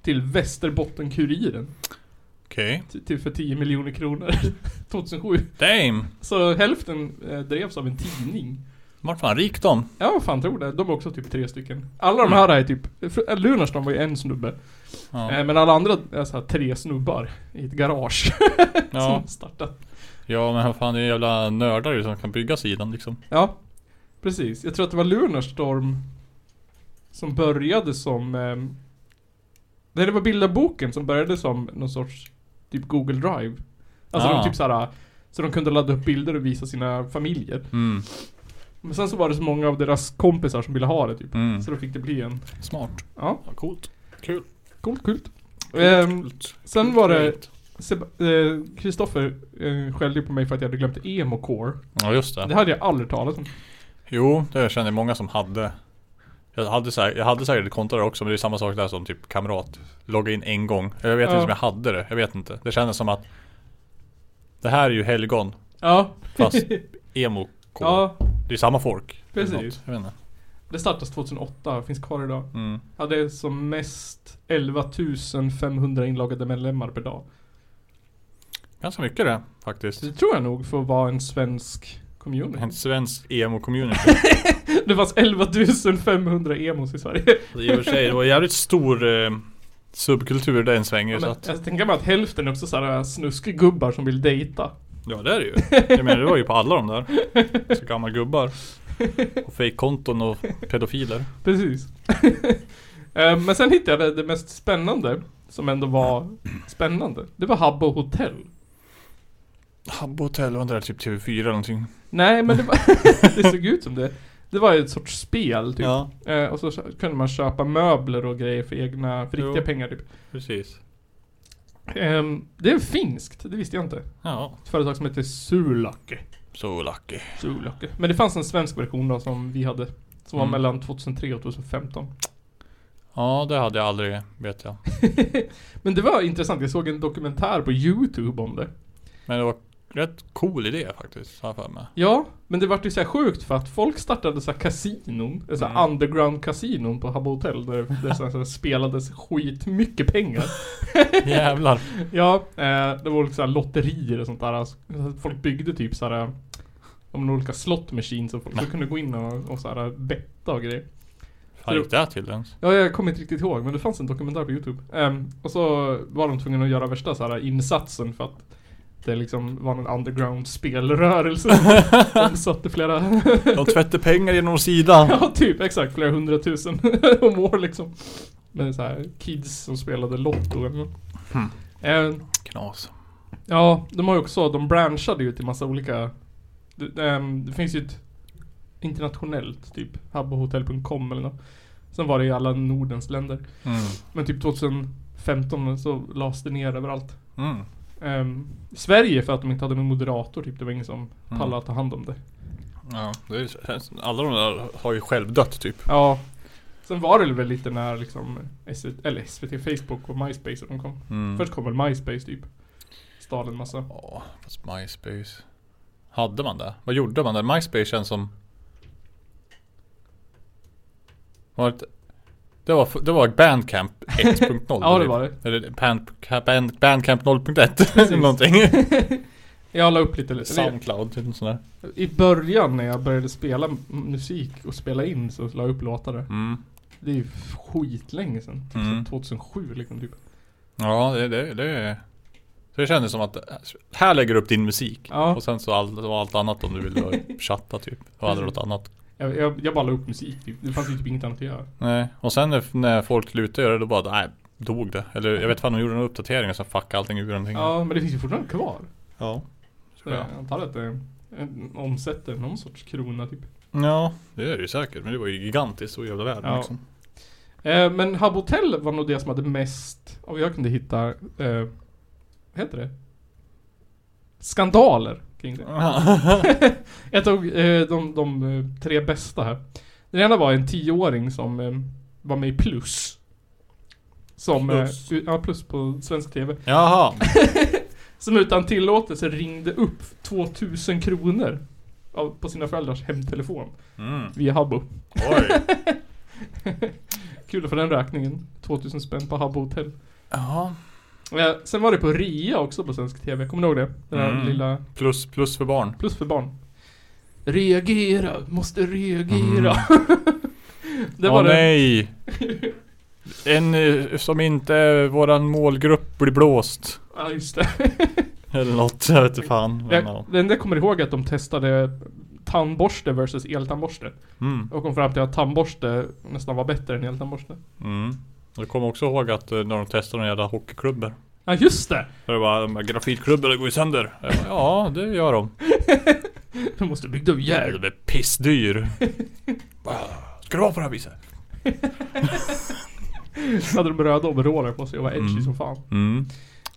S3: till Västerbotten-Kuriren
S4: Okej.
S3: till- till för 10 miljoner kronor (laughs) 2007.
S4: Damn!
S3: Så hälften eh, drevs av en tidning.
S4: Vart fan rikdom?
S3: Ja, vad fan tror det. De är också typ tre stycken. Alla de här är typ... fr- Lunarstorm var ju en snubbe.
S4: Ja.
S3: Eh, Men alla andra är så här tre snubbar i ett garage (laughs)
S4: Ja.
S3: som startat.
S4: ja men vad fan det är jävla nördar ju som kan bygga sidan liksom.
S3: Ja, precis. Jag tror att det var Lunarstorm som började som... Eh, nej, det var Bildarboken som började som någon sorts typ Google Drive. Alltså
S4: Ah.
S3: de typ så här... Så de kunde ladda upp bilder och visa sina familjer.
S4: Mm.
S3: Men sen så var det så många av deras kompisar som ville ha det typ.
S4: Mm.
S3: Så då fick det bli en...
S4: Smart.
S3: Ja,
S4: Ja, coolt. Kul.
S3: coolt, coolt. Ehm,
S4: Coolt.
S3: sen var det... Seb- eh, Kristoffer eh, skällde ju på mig för att jag hade glömt emo-core.
S4: Ja just det.
S3: Det hade jag aldrig talat om.
S4: Jo, det känner jag många som hade. Jag hade, säkert, jag hade säkert ett konto där också men det är samma sak där som typ kamrat. Logga in en gång. Jag vet
S3: Ja.
S4: inte om jag hade det. Jag vet inte. Det kändes som att Det här är ju helgon.
S3: Ja, (laughs)
S4: Fast emo ja.
S3: ja.
S4: Det är samma folk. eller
S3: Precis.
S4: något. Jag vet inte.
S3: Det startades 2008 och finns kvar idag.
S4: Mm.
S3: Hade som mest 11 500 inloggade medlemmar per dag.
S4: Ganska mycket det faktiskt.
S3: Så det tror jag nog för att vara en svensk
S4: En
S3: community.
S4: svensk emo-community.
S3: (laughs) Det fanns 11 500 emos i Sverige.
S4: I och för sig, det var en jävligt stor eh, subkultur där en svänger.
S3: Men,
S4: så att,
S3: jag tänker mig att hälften är också sådana snuskgubbar som vill dejta.
S4: ja det
S3: (laughs)
S4: är det ju. Jag menar det var ju på alla de där. Så gamla gubbar. Och fejkkonton och pedofiler.
S3: Precis. (laughs) Eh, Men sen hittade jag det, det mest spännande, som ändå var spännande. Det var Habbo Hotel.
S4: Habbo Hotel, var inte det där typ TV4 eller någonting?
S3: Nej men det, var, (laughs) det såg ut som det. Det var ju ett sorts spel typ.
S4: Ja,
S3: Eh, och så kö- kunde man köpa möbler och grejer för egna, för
S4: Jo.
S3: riktiga pengar typ.
S4: precis.
S3: Ehm, det är finskt, det visste jag inte.
S4: Ja,
S3: Ett företag som heter Sulake.
S4: so lucky.
S3: Sulake. Men det fanns en svensk version då som vi hade. Som var
S4: Mm.
S3: mellan 2003 och 2015.
S4: Ja, det hade jag aldrig, vet jag.
S3: Men det var intressant, jag såg en dokumentär på Youtube om det.
S4: Men det var rätt cool idé faktiskt, har jag för mig.
S3: Ja, men det vart ju så här sjukt för att folk startade så här kasinon, så här
S4: Mm.
S3: underground kasinon på Habbo Hotel där det så här, så här, spelades skitmycket pengar.
S4: (laughs) Jävlar.
S3: Ja, eh, det var olika så här lotterier och sånt där. Alltså, folk byggde typ så här om olika slot machines så folk så kunde gå in och, och så här eh, betta och grejer.
S4: Fan gick det här till ens?
S3: Ja, jag kommer inte riktigt ihåg men det fanns en dokumentär på Youtube. Ehm, och så var de tvungna att göra värsta så här insatsen för att det liksom var en underground spelrörelse. de satte flera, (laughs)
S4: De tvättade pengar genom sidan.
S3: ja typ exakt flera hundratusen (laughs) om år liksom. Med så här kids som spelade lotto eller något. Ehm,
S4: Knas.
S3: Ja, de har ju också, de branchade ju till massa olika... Det, ehm, det finns ju ett internationellt typ, habbohotell.com eller något. Sen var det i alla Nordens länder.
S4: Mm.
S3: Men typ 2015 så lades det ner överallt.
S4: Mm.
S3: Ehm, i Sverige för att de inte hade någon moderator typ, det var ingen som pallade att ta hand om det.
S4: Ja, det är, alla de där har ju självdött typ.
S3: Ja. Sen var det väl lite när liksom SVT, eller SVT, Facebook och MySpace och de kom.
S4: Mm.
S3: Först kom väl MySpace typ. Stal en massa.
S4: Ja, fast MySpace. Hade man det? Vad gjorde man där? MySpace känns som... Var det, det, var, det var Bandcamp 1.0.
S3: (laughs) Ja, det var det.
S4: Eller Bandcamp, Band,
S3: (laughs)
S4: Bandcamp 0.1. eller någonting.
S3: Jag la upp lite.
S4: Eller
S3: eller-
S4: Soundcloud eller något sånt där.
S3: I början när jag började spela m- musik och spela in så la jag upp låtar där.
S4: Mm.
S3: Det är ju skitlänge sedan. Typ
S4: Mm.
S3: så 2007 liksom typ.
S4: Ja, det, det, det. Så det kändes som att här lägger du upp din musik.
S3: Ja.
S4: Och sen så allt, och allt annat om du vill chatta typ. Och aldrig något annat.
S3: Jag, jag, jag bara la upp musik typ. Det fanns ju typ inget annat att göra.
S4: Nej, och sen när- när folk lutade göra det då bara, nej, dog det. Eller jag vet fan, de gjorde några uppdateringar och sen fuckade allting ur någonting.
S3: Ja, men det finns ju fortfarande kvar.
S4: Ja.
S3: Så jag antar att det eh, omsätter någon sorts krona typ.
S4: Ja, det är det ju säkert. Men det var ju gigantiskt och jävla världen
S3: Ja.
S4: liksom. (laughs)
S3: Eh, men Habbotel var nog det som hade mest, och jag kunde hitta, eh, vad heter det? Skandaler kring det. (laughs) Jag tog eh, de, de eh, tre bästa här. Den ena var en tioåring som eh, var med i Plus. Som,
S4: Plus.
S3: Eh, u- ja Plus på svensk TV.
S4: Jaha.
S3: Som utan tillåtelse ringde upp 2000 kronor av, på sina föräldrars hemtelefon
S4: Mm.
S3: via Habbo.
S4: Oj.
S3: Kul för den räkningen. 2000 spänn på Habbo Hotel.
S4: Jaha.
S3: Eh, sen var det på Ria också på svensk TV, kommer du ihåg det? Den här
S4: Mm.
S3: lilla,
S4: Plus, plus för barn.
S3: plus för barn. Reagera, måste reagera. Mm. (laughs) det
S4: Åh
S3: var det. (laughs)
S4: nej. En eh, som inte är våran målgrupp blir blåst.
S3: Ja, just det.
S4: Eller något, jag vet inte fan. Men,
S3: Jag,
S4: ja.
S3: det enda jag kommer ihåg är att de testade tandborste versus eltandborste.
S4: mm.
S3: Och kom fram till att tandborste nästan var bättre än eltandborste.
S4: Mm. Jag kommer också ihåg att eh, när de testade de jävla hockeyklubbor.
S3: Ja, just det!
S4: Då är det bara, de här grafitklubborna går ju sönder. Jag bara, Ja, det gör de.
S3: De måste bygga upp
S4: Jävlar,
S3: järn.
S4: de är pissdyr. (laughs) Bara, Ska det vara på det här viset?
S3: Så hade de röda overaller på sig och var edgy
S4: Mm.
S3: som fan.
S4: Mm.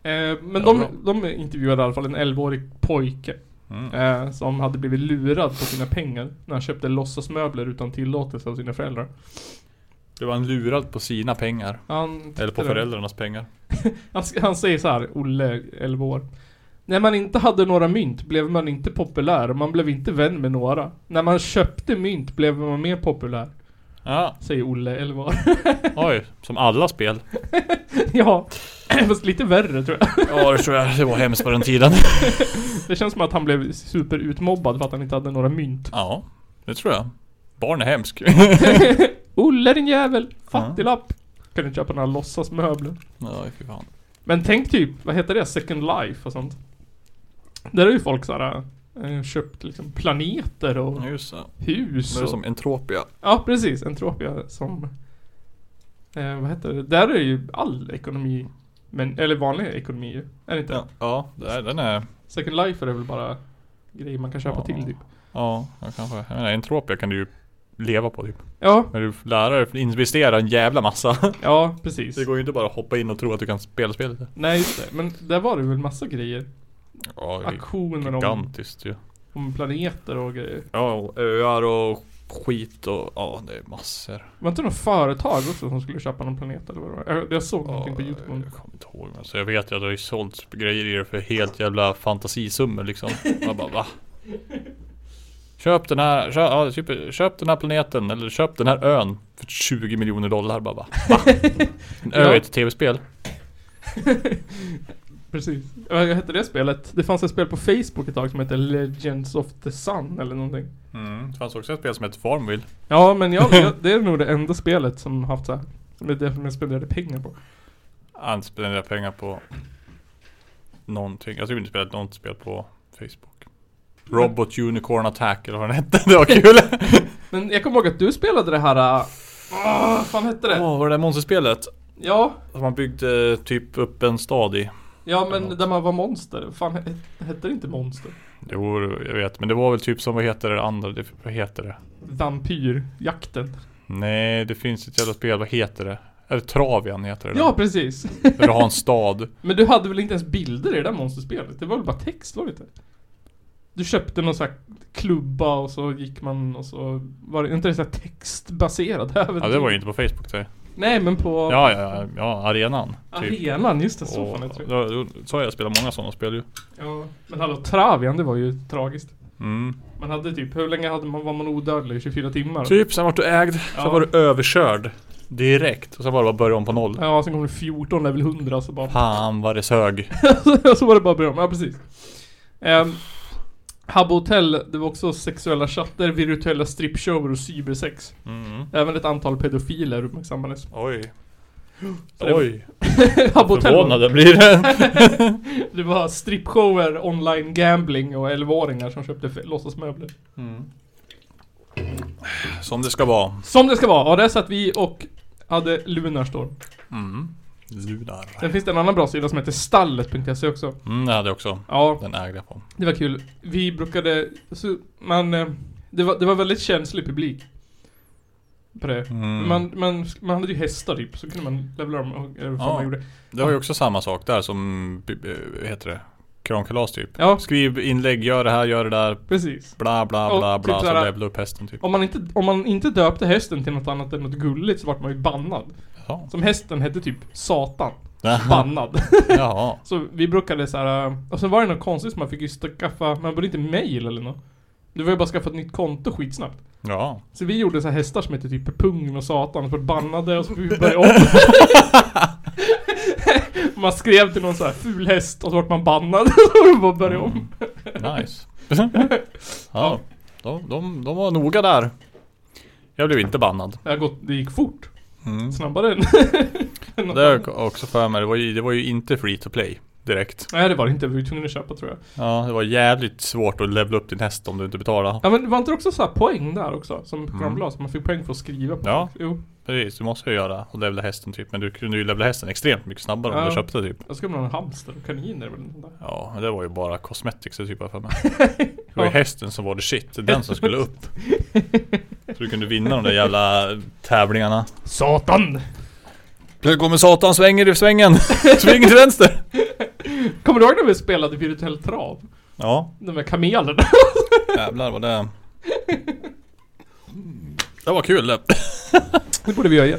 S3: Eh, men
S4: Ja,
S3: de, de intervjuade i alla fall en 11-årig pojke.
S4: Mm.
S3: Eh, som hade blivit lurad på sina pengar när han köpte låtsasmöbler utan tillåtelse av sina föräldrar.
S4: Det var en lurad på sina pengar.
S3: Han
S4: Eller på
S3: tyckte-
S4: föräldrarnas pengar.
S3: Han, sk- han säger så här, Olle, 11 år. När man inte hade några mynt blev man inte populär och man blev inte vän med några. När man köpte mynt blev man mer populär,
S4: Ja,
S3: säger Olle, 11 år. (laughs)
S4: oj. Som alla spel.
S3: ja, (clears throat) fast lite värre tror jag.
S4: Ja, det tror jag. Det var hemskt på den tiden.
S3: Det känns som att han blev superutmobbad för att han inte hade några mynt.
S4: (laughs) Ja, det tror jag. Barn är hemsk.
S3: Olle din jävel, fattiglapp. Kan du köpa några låtsasmöbler?
S4: (laughs) Ja, fy fan.
S3: Men tänk typ, vad heter det? Second Life och sånt. Där har ju folk såhär, eh, köpt liksom planeter och
S4: Ja, Just det.
S3: hus
S4: Det är
S3: och...
S4: som Entropia.
S3: Ja, precis. Entropia som... Eh, vad heter det? Där är ju all ekonomi, men, eller vanlig ekonomi ju. Är det inte?
S4: Ja, ja det är, den är...
S3: Second Life är det väl bara grejer man kan köpa
S4: Ja.
S3: till typ.
S4: Ja, ja, kanske. Jag menar, Entropia kan du ju leva på typ.
S3: Ja,
S4: När du får lära dig investera en jävla massa. (laughs)
S3: ja precis.
S4: Det går ju inte bara att hoppa in och tro att du kan spela spelet.
S3: Nej, just det. Men där var det väl massa grejer.
S4: Ja, det är
S3: Auktioner om,
S4: gigantiskt ju.
S3: om planeter och grejer.
S4: Ja, och öar och skit och ja, det är massor.
S3: Var det inte något företag också som skulle köpa någon planet eller vad det var? Jag, jag såg
S4: Ja, eh,
S3: någonting på
S4: jag
S3: YouTube om det.
S4: kommer inte ihåg men så jag vet ju att det har ju sålts grejer i det för helt jävla fantasisummor liksom. Man bara va? Köp den här, köp, ja, typ, köp den här planeten eller köp den här ön för 20 miljoner dollar bara va? (laughs) va? En ö
S3: Ja.
S4: är ett tv-spel?
S3: Precis. Vad hette det spelet? Det fanns ett spel på Facebook ett tag som hette Legends of the Sun eller någonting.
S4: Mm, det fanns också ett spel som hette Farmville.
S3: Ja, men jag, jag,
S4: (laughs)
S3: det är nog det enda spelet som haft så här. Med det som jag spenderade pengar på.
S4: Han spenderade pengar på någonting. Jag tror inte spelat något spel på Facebook. Robot Unicorn Attack eller vad den hette. (laughs) Det var kul.
S3: Men jag kommer ihåg att du spelade det här... äh, Åh, vad fan hette
S4: Åh,
S3: det?
S4: var det där monsterspelet?
S3: Ja,
S4: Som man byggde typ upp en stad i.
S3: Ja men där man var monster. Fan, he- hette det inte monster?
S4: Jo, jag vet. Men det var väl typ som, vad heter det andra? Det, vad heter det?
S3: Vampyrjakten.
S4: Nej, det finns ett jävla spel. Vad heter det? Är det Travian heter det?
S3: Ja precis.
S4: Där du har en (laughs) stad.
S3: Men du hade väl inte ens bilder i det där monsterspelet? Det var väl bara text var det inte? Du köpte någon sån här klubba och så gick man och så var det inte det så här (laughs) textbaserat
S4: Ja, det var ju inte på Facebook det.
S3: Nej men på
S4: Ja, ja, ja, ja arenan. Typ.
S3: arenan, just det. Så
S4: Och,
S3: fan jag tror.
S4: då, då, så har jag spelat många sådana spel ju.
S3: Ja. Men hallå Travian, det var ju tragiskt.
S4: Mm.
S3: Man hade typ, hur länge hade man, var man odödlig? 24 timmar?
S4: Typ, sen vart du ägd.
S3: Ja.
S4: Sen var du överkörd. Direkt. Och sen var det bara att börja om på noll.
S3: Ja, sen kom det 14 level 100 så bara...
S4: Fan vad det sög.
S3: (laughs) så var det bara att börja om. Ja, precis. Um, Habbo Hotel, det var också sexuella chatter, virtuella strippshower och cybersex.
S4: (laughs) Mm.
S3: Även ett antal pedofiler (laughs) uppmärksammades.
S4: Oj.
S3: det-
S4: Oj.
S3: Habbo Hotel,
S4: Förvånad
S3: var-
S4: jag blir. (laughs)
S3: det var strippshower, online gambling och 11-åringar som köpte f- låtsasmöbler.
S4: Mm. Som det ska vara.
S3: Som det ska vara! Ja, där satt vi och hade Lunarstorm.
S4: Mm. Lunar.
S3: Sen finns det en annan bra sida som heter stallet.se E också.
S4: Mm, det hade jag också.
S3: Ja,
S4: Den ägde jag på.
S3: Det var kul. Vi brukade... Så man, eh, det, var, det var väldigt känslig publik. På det.
S4: Mm.
S3: Man, man, man hade ju hästar typ, så kunde man levela dem. Och, eller vad fan
S4: Ja.
S3: man gjorde.
S4: Det var ju också samma sak där som, b- b- vad heter det? Kramkalas typ.
S3: Ja.
S4: Skriv inlägg, gör det här, gör det där.
S3: Precis.
S4: Bla bla
S3: Ja,
S4: bla
S3: typ
S4: bla. Så
S3: såhär-
S4: levla upp hästen typ.
S3: Om man, inte, om man inte döpte hästen till något annat än något gulligt så vart man ju bannad.
S4: Jaha.
S3: Som hästen hette typ Satan.
S4: Jaha.
S3: Bannad. (laughs)
S4: Jaha.
S3: så vi brukade så här. eh, Och sen var det något konstigt som man fick ju skaffa, man borde inte mail eller något. Du var ju bara skaffa ett nytt konto skitsnabbt.
S4: Ja.
S3: Så vi gjorde så här hästar som hette typ Pungen och Satan och så vart bannade och så fick vi börja om. (laughs) man skrev till någon så här ful häst och så vart man bannad (laughs) och så var det bara att börja om.
S4: Nice. ja. De, de, de var noga där. Jag blev inte bannad.
S3: Det, har gått, det gick fort.
S4: Mm.
S3: Snabbare än... än något
S4: Det har
S3: annat.
S4: jag också för mig. Det var ju, det var ju inte free to play. Direkt.
S3: (laughs) Nej det var det inte, vi var tvungna att köpa tror jag.
S4: Ja, det var jävligt svårt att levla upp din häst om du inte betalade.
S3: Ja men det var inte också så här poäng där också? Som Chrome som man fick poäng för att skriva på?
S4: Ja.
S3: Jo.
S4: Precis, du måste ju göra och levla hästen typ. Men du kunde ju levla hästen extremt mycket snabbare om
S3: Ja.
S4: du köpte typ.
S3: Jag ska ha en hamster och kaniner eller något där.
S4: Ja, men det var ju bara cosmetics typ jag för mig. (laughs) Det var ju hästen som var det shit. Det är den som skulle upp. Så du kunde vinna de där jävla tävlingarna.
S3: Satan!
S4: Plötsligt kommer Satan, svänger i svängen. (laughs) Svänger till vänster.
S3: Kommer du ihåg när vi spelade virtuell trav?
S4: Ja,
S3: De där kamelerna?
S4: jävlar vad det... Det var kul det.
S3: (laughs) Det borde vi göra igen.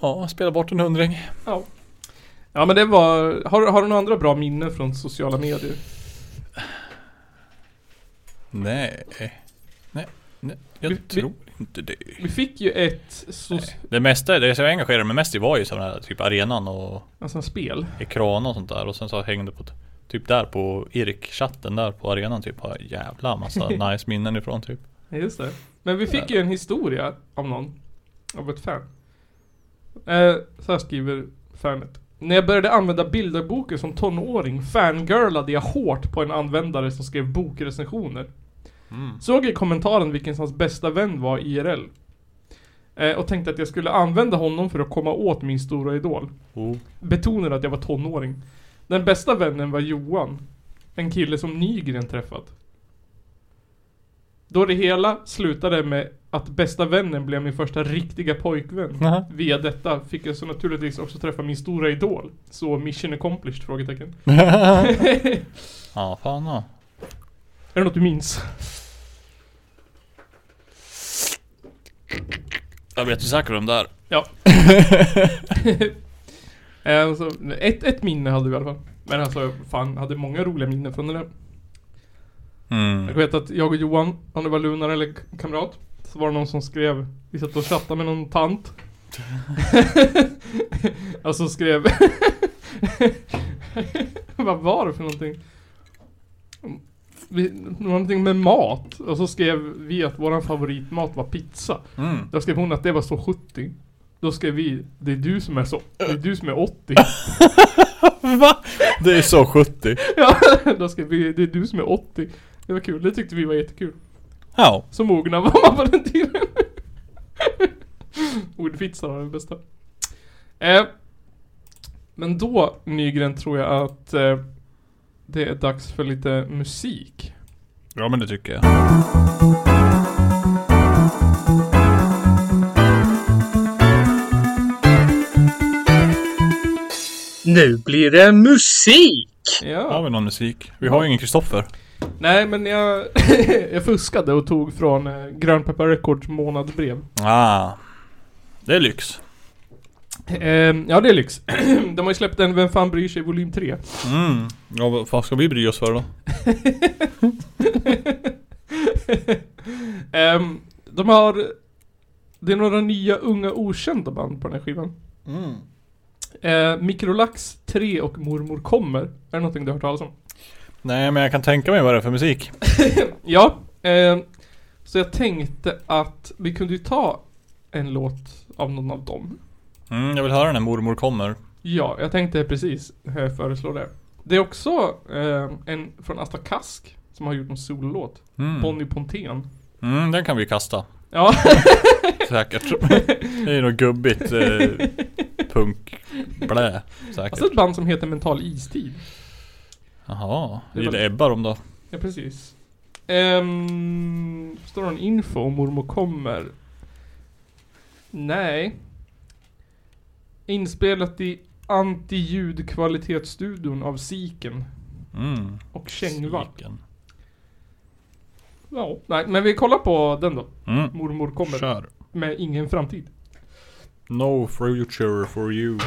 S4: Ja, spela bort en hundring.
S3: Ja. Ja men det var, har, har du några andra bra minnen från sociala medier?
S4: Nej. Nej, nej. Jag
S3: Vi- vi-
S4: tror inte det.
S3: Vi fick ju ett soc-
S4: Det mesta, det som jag engagerade mig mest i var ju sådana här typ arenan och
S3: alltså, spel.
S4: ekran och sånt där och sen så hängde på t- Typ där på Erik-chatten där på arenan typ har jag jävla (laughs) massa nice minnen ifrån typ
S3: Ja, Just det. Men vi fick ju en historia av någon. Av ett fan. Eh, så här skriver fanet. När jag började använda bilderboken som tonåring fangirlade jag hårt på en användare som skrev bokrecensioner. Såg i kommentaren vilken hans bästa vän var IRL. Eh, och tänkte att jag skulle använda honom för att komma åt min stora idol.
S4: oh.
S3: betonade att jag var tonåring. Den bästa vännen var Johan. En kille som Nygren träffat. Då det hela slutade med att bästa vännen blev min första riktiga pojkvän.
S4: Aha.
S3: Via detta fick jag så naturligtvis också träffa min stora idol. Så mission accomplished? (laughs) Frågetecken.
S4: (laughs) Ja fan ja.
S3: Är det något du minns?
S4: Jag vet ju säkert om där
S3: (laughs) Ja. Eh, så, ett, ett minne hade vi i alla fall. Men alltså, fan, hade många roliga minnen från den där. Jag
S4: mm.
S3: vet att jag och Johan, om det var Lunar eller k- kamrat, så var det någon som skrev, vi satt och chattade med någon tant. (laughs) alltså skrev... (laughs) Vad var det för någonting? Vi, någonting med mat. Och så skrev vi att våran favoritmat var pizza.
S4: Mm.
S3: Då skrev hon att det var så 70. Då skrev vi, det är du som är så. Det är du som är 80.
S4: Va? Det är så 70
S3: ja, (laughs) då skrev vi, det är du som är 80. Det var kul, det tyckte vi var jättekul.
S4: Ja
S3: Så mogna var man på den tiden. Ordvitsar var det bästa. Eh, Men då, Nygren, tror jag att eh, det är dags för lite musik.
S4: Ja men det tycker jag.
S8: Nu blir det musik!
S4: Har
S3: Ja.
S4: vi någon musik? Vi har ju ingen Kristoffer.
S3: Nej, men jag, (laughs) jag fuskade och tog från eh, Grönpeppar Records månadbrev.
S4: Ah. Det är lyx.
S3: Ehm, ja, det är lyx. (clears throat) De har ju släppt en Vem fan bryr sig volym 3.
S4: Mm. Ja vad fan ska vi bry oss för då?
S3: Ehm, de har... Det är några nya unga okända band på den här skivan.
S4: Mm.
S3: Eh, Mikrolax 3 och Mormor kommer. Är det någonting du har hört talas om?
S4: Nej men jag kan tänka mig vad det är för musik.
S3: Ja. ehm, så jag tänkte att vi kunde ju ta en låt av någon av dem.
S4: Mm, jag vill höra när mormor kommer.
S3: Ja, jag tänkte precis eh, föreslå det. Det är också ehm, en från Asta Kask som har gjort en sololåt.
S4: Mm.
S3: Bonnie Pontén.
S4: Mm, den kan vi kasta.
S3: Ja. (laughs)
S4: Säkert. (laughs) Det är något gubbigt eh, punk blä. Säkert.
S3: Alltså ett band som heter Mental Istid.
S4: Jaha.
S3: Det är
S4: Lille
S3: väl-
S4: Ebba de då.
S3: Ja, precis. Um, står det någon info om mormor kommer? Nej. Inspelat i antiljudkvalitetsstudion av Siken
S4: Mm.
S3: och Kängva.
S4: Siken.
S3: Ja, nej, men vi kollar på den då.
S4: Mm.
S3: Mormor kommer
S4: Kör.
S3: med ingen framtid.
S4: No future for you.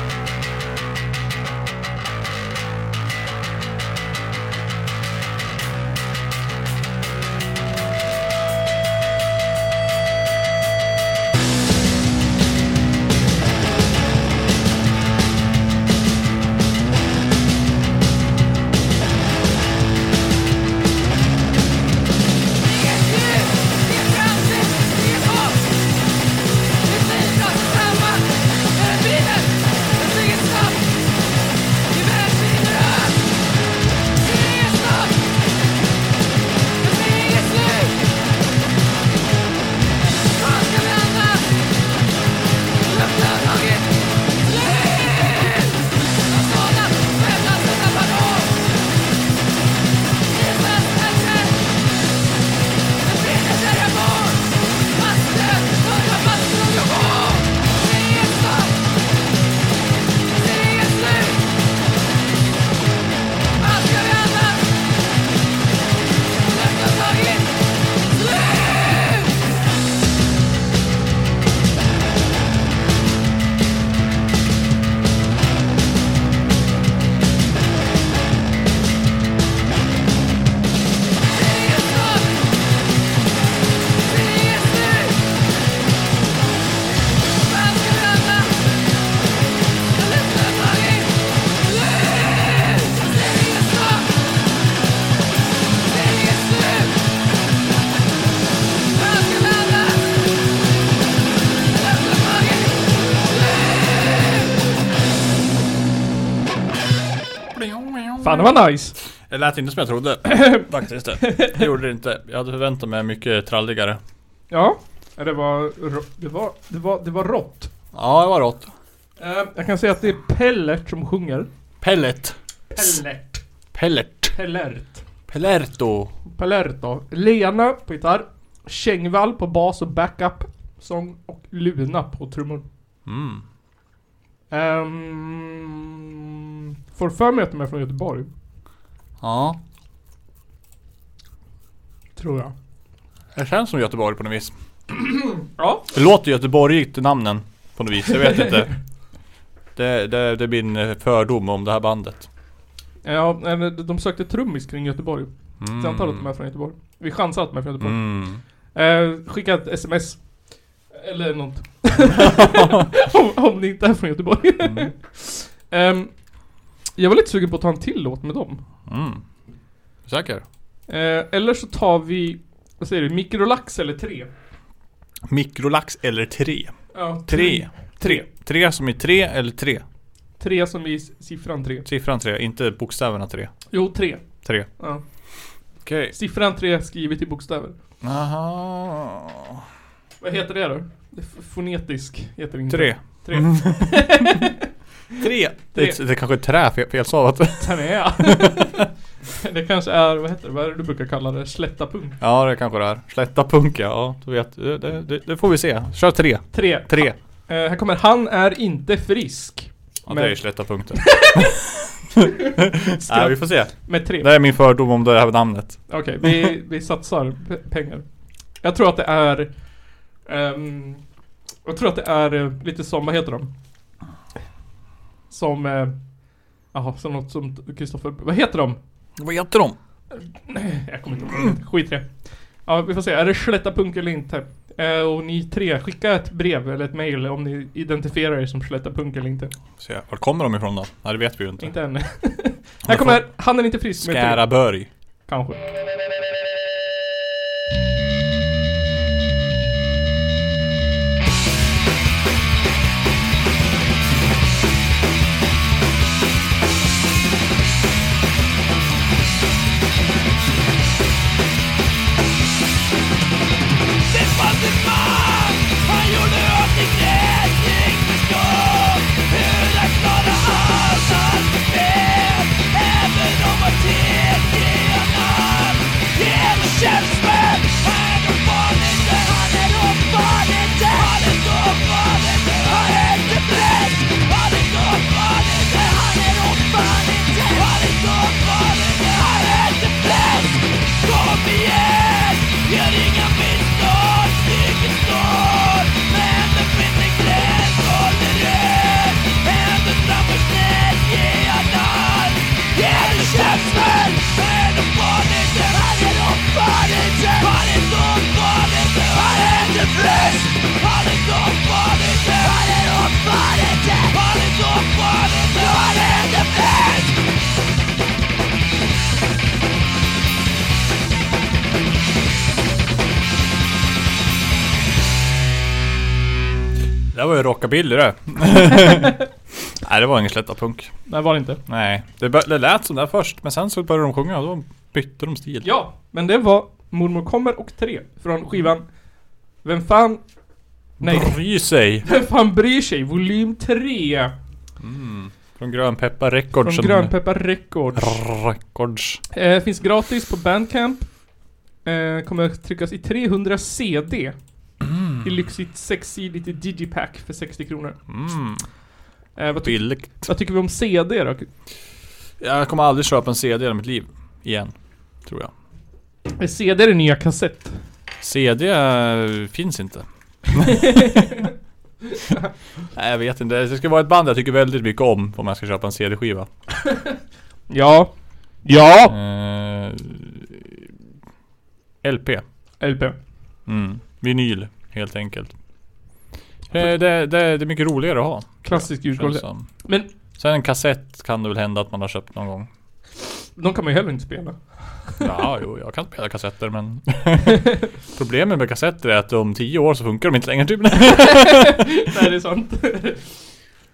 S3: Fan det var nice!
S4: Det lät inte som jag (coughs) trodde. Faktiskt. Det gjorde det inte. Jag hade förväntat mig mycket tralligare.
S3: Ja, det var, ro- det var, det var, det var rått.
S4: Ja, det var rått.
S3: Eh, jag kan säga att det är Pellert som sjunger.
S4: Pellet.
S3: Pellert.
S4: Pellert.
S3: Pellert.
S4: Pellerto.
S3: Palerto. Lena på gitarr. Kängvall på bas och backup. Sång och Luna på trummor.
S4: Mm.
S3: Um, får för mig att de är från Göteborg.
S4: Ja.
S3: Tror jag.
S4: Det känns som Göteborg på något vis.
S3: Ja.
S4: Det låter göteborgigt i namnen. På något vis. Jag vet inte. Det, det, det blir en eh, fördom om det här bandet.
S3: Ja, eller de sökte trummis kring Göteborg. Så jag antar att de är från Göteborg. Vi chansar att de är från Göteborg.
S4: Mm.
S3: Eh, skicka ett sms. Eller
S4: (laughs)
S3: något. om, om ni inte är från Göteborg.
S4: Mm.
S3: Ehm, jag var lite sugen på att ta en till låt med dem.
S4: Mm. Säker?
S3: Eh, eller så tar vi, vad säger du, mikrolax eller tre?
S4: Mikrolax eller tre?
S3: Ja,
S4: Tre.
S3: Tre.
S4: Tre som i tre eller tre?
S3: Tre som i s- siffran tre.
S4: Siffran tre, inte bokstäverna tre.
S3: Jo, tre.
S4: Tre.
S3: Ja.
S4: Okej.
S3: Siffran tre skrivet i bokstäver.
S4: Aha. (laughs)
S3: Vad heter det då? Det är f- Fonetisk heter det inte.
S4: Tre.
S3: Tre.
S4: Tre! Det, är- det är kanske är trä, fel, felstavat.
S3: Tanea. (laughs) det kanske är, vad heter det, vad är det du brukar kalla det? Slätta punkt.
S4: Ja det kanske det är. Slätta punka, ja du vet. Det, det, det, det får vi se. Kör tre.
S3: Tre.
S4: Tre.
S3: Eh, här kommer, han är inte frisk.
S4: Ja,
S3: Men-
S4: det är ju slätta (laughs) punkter. (laughs) Nej vi får se.
S3: Med tre.
S4: Det är min fördom om det här namnet.
S3: Okej, vi, vi satsar p- pengar. Jag tror att det är... ehm, jag tror att det är eh, lite som, vad heter de? Som... eh, Jaha, som något som Kristoffer... Vad heter de?
S4: Vad heter de?
S3: Jag kommer inte ihåg. Skit i det. Ja, vi får se. Är det Slätta Punk eller inte? Eh, och ni tre, skicka ett brev eller ett mail om ni identifierar er som Slätta Punk eller inte.
S4: Se, var kommer de ifrån då? Nej det vet vi ju inte.
S3: Inte än. (laughs) Här kommer, han är inte frisk. med tre.
S4: Skäraborg.
S3: Kanske.
S4: Det var ju rockabilly (laughs) det. Nej det var ingen slätta punk.
S3: Nej, var det inte.
S4: Nej. Det, bör, det lät som det först men sen så började de sjunga och då bytte de stil.
S3: Ja, men det var Mormor kommer och tre från skivan Vem fan... Nej,
S4: Bry sig.
S3: Vem fan bryr sig? Volym 3
S4: Från Grönpeppar Records.
S3: från Grönpeppar Records.
S4: Records.
S3: Eh, finns gratis på Bandcamp. Eh, kommer att tryckas i 300 CD. I lyxigt sexsidigt i digipack för 60 kronor.
S4: Mm.
S3: Eh, vad, ty-
S4: Billigt.
S3: vad tycker vi om CD då?
S4: Jag kommer aldrig köpa en CD i mitt liv. Igen. Tror jag.
S3: Eh, CD är det nya kassett.
S4: CD finns (laughs) inte. Nej jag vet inte. Det ska vara ett band jag tycker väldigt mycket om. Om jag ska köpa en CD-skiva.
S3: Ja. Ja!
S4: Eh, LP.
S3: LP.
S4: Mm. Vinyl, helt enkelt. Det, det, det, det är mycket roligare att ha.
S3: Klassisk
S4: känns
S3: ljudkvalitet.
S4: som.
S3: Men
S4: Sen en kassett kan det väl hända att man har köpt någon gång.
S3: de kan man ju heller inte spela.
S4: Ja, jo, jag kan spela kassetter (laughs) men... Problemet med kassetter är att om tio år så funkar de inte längre typ.
S3: (laughs) Nej, det är sant.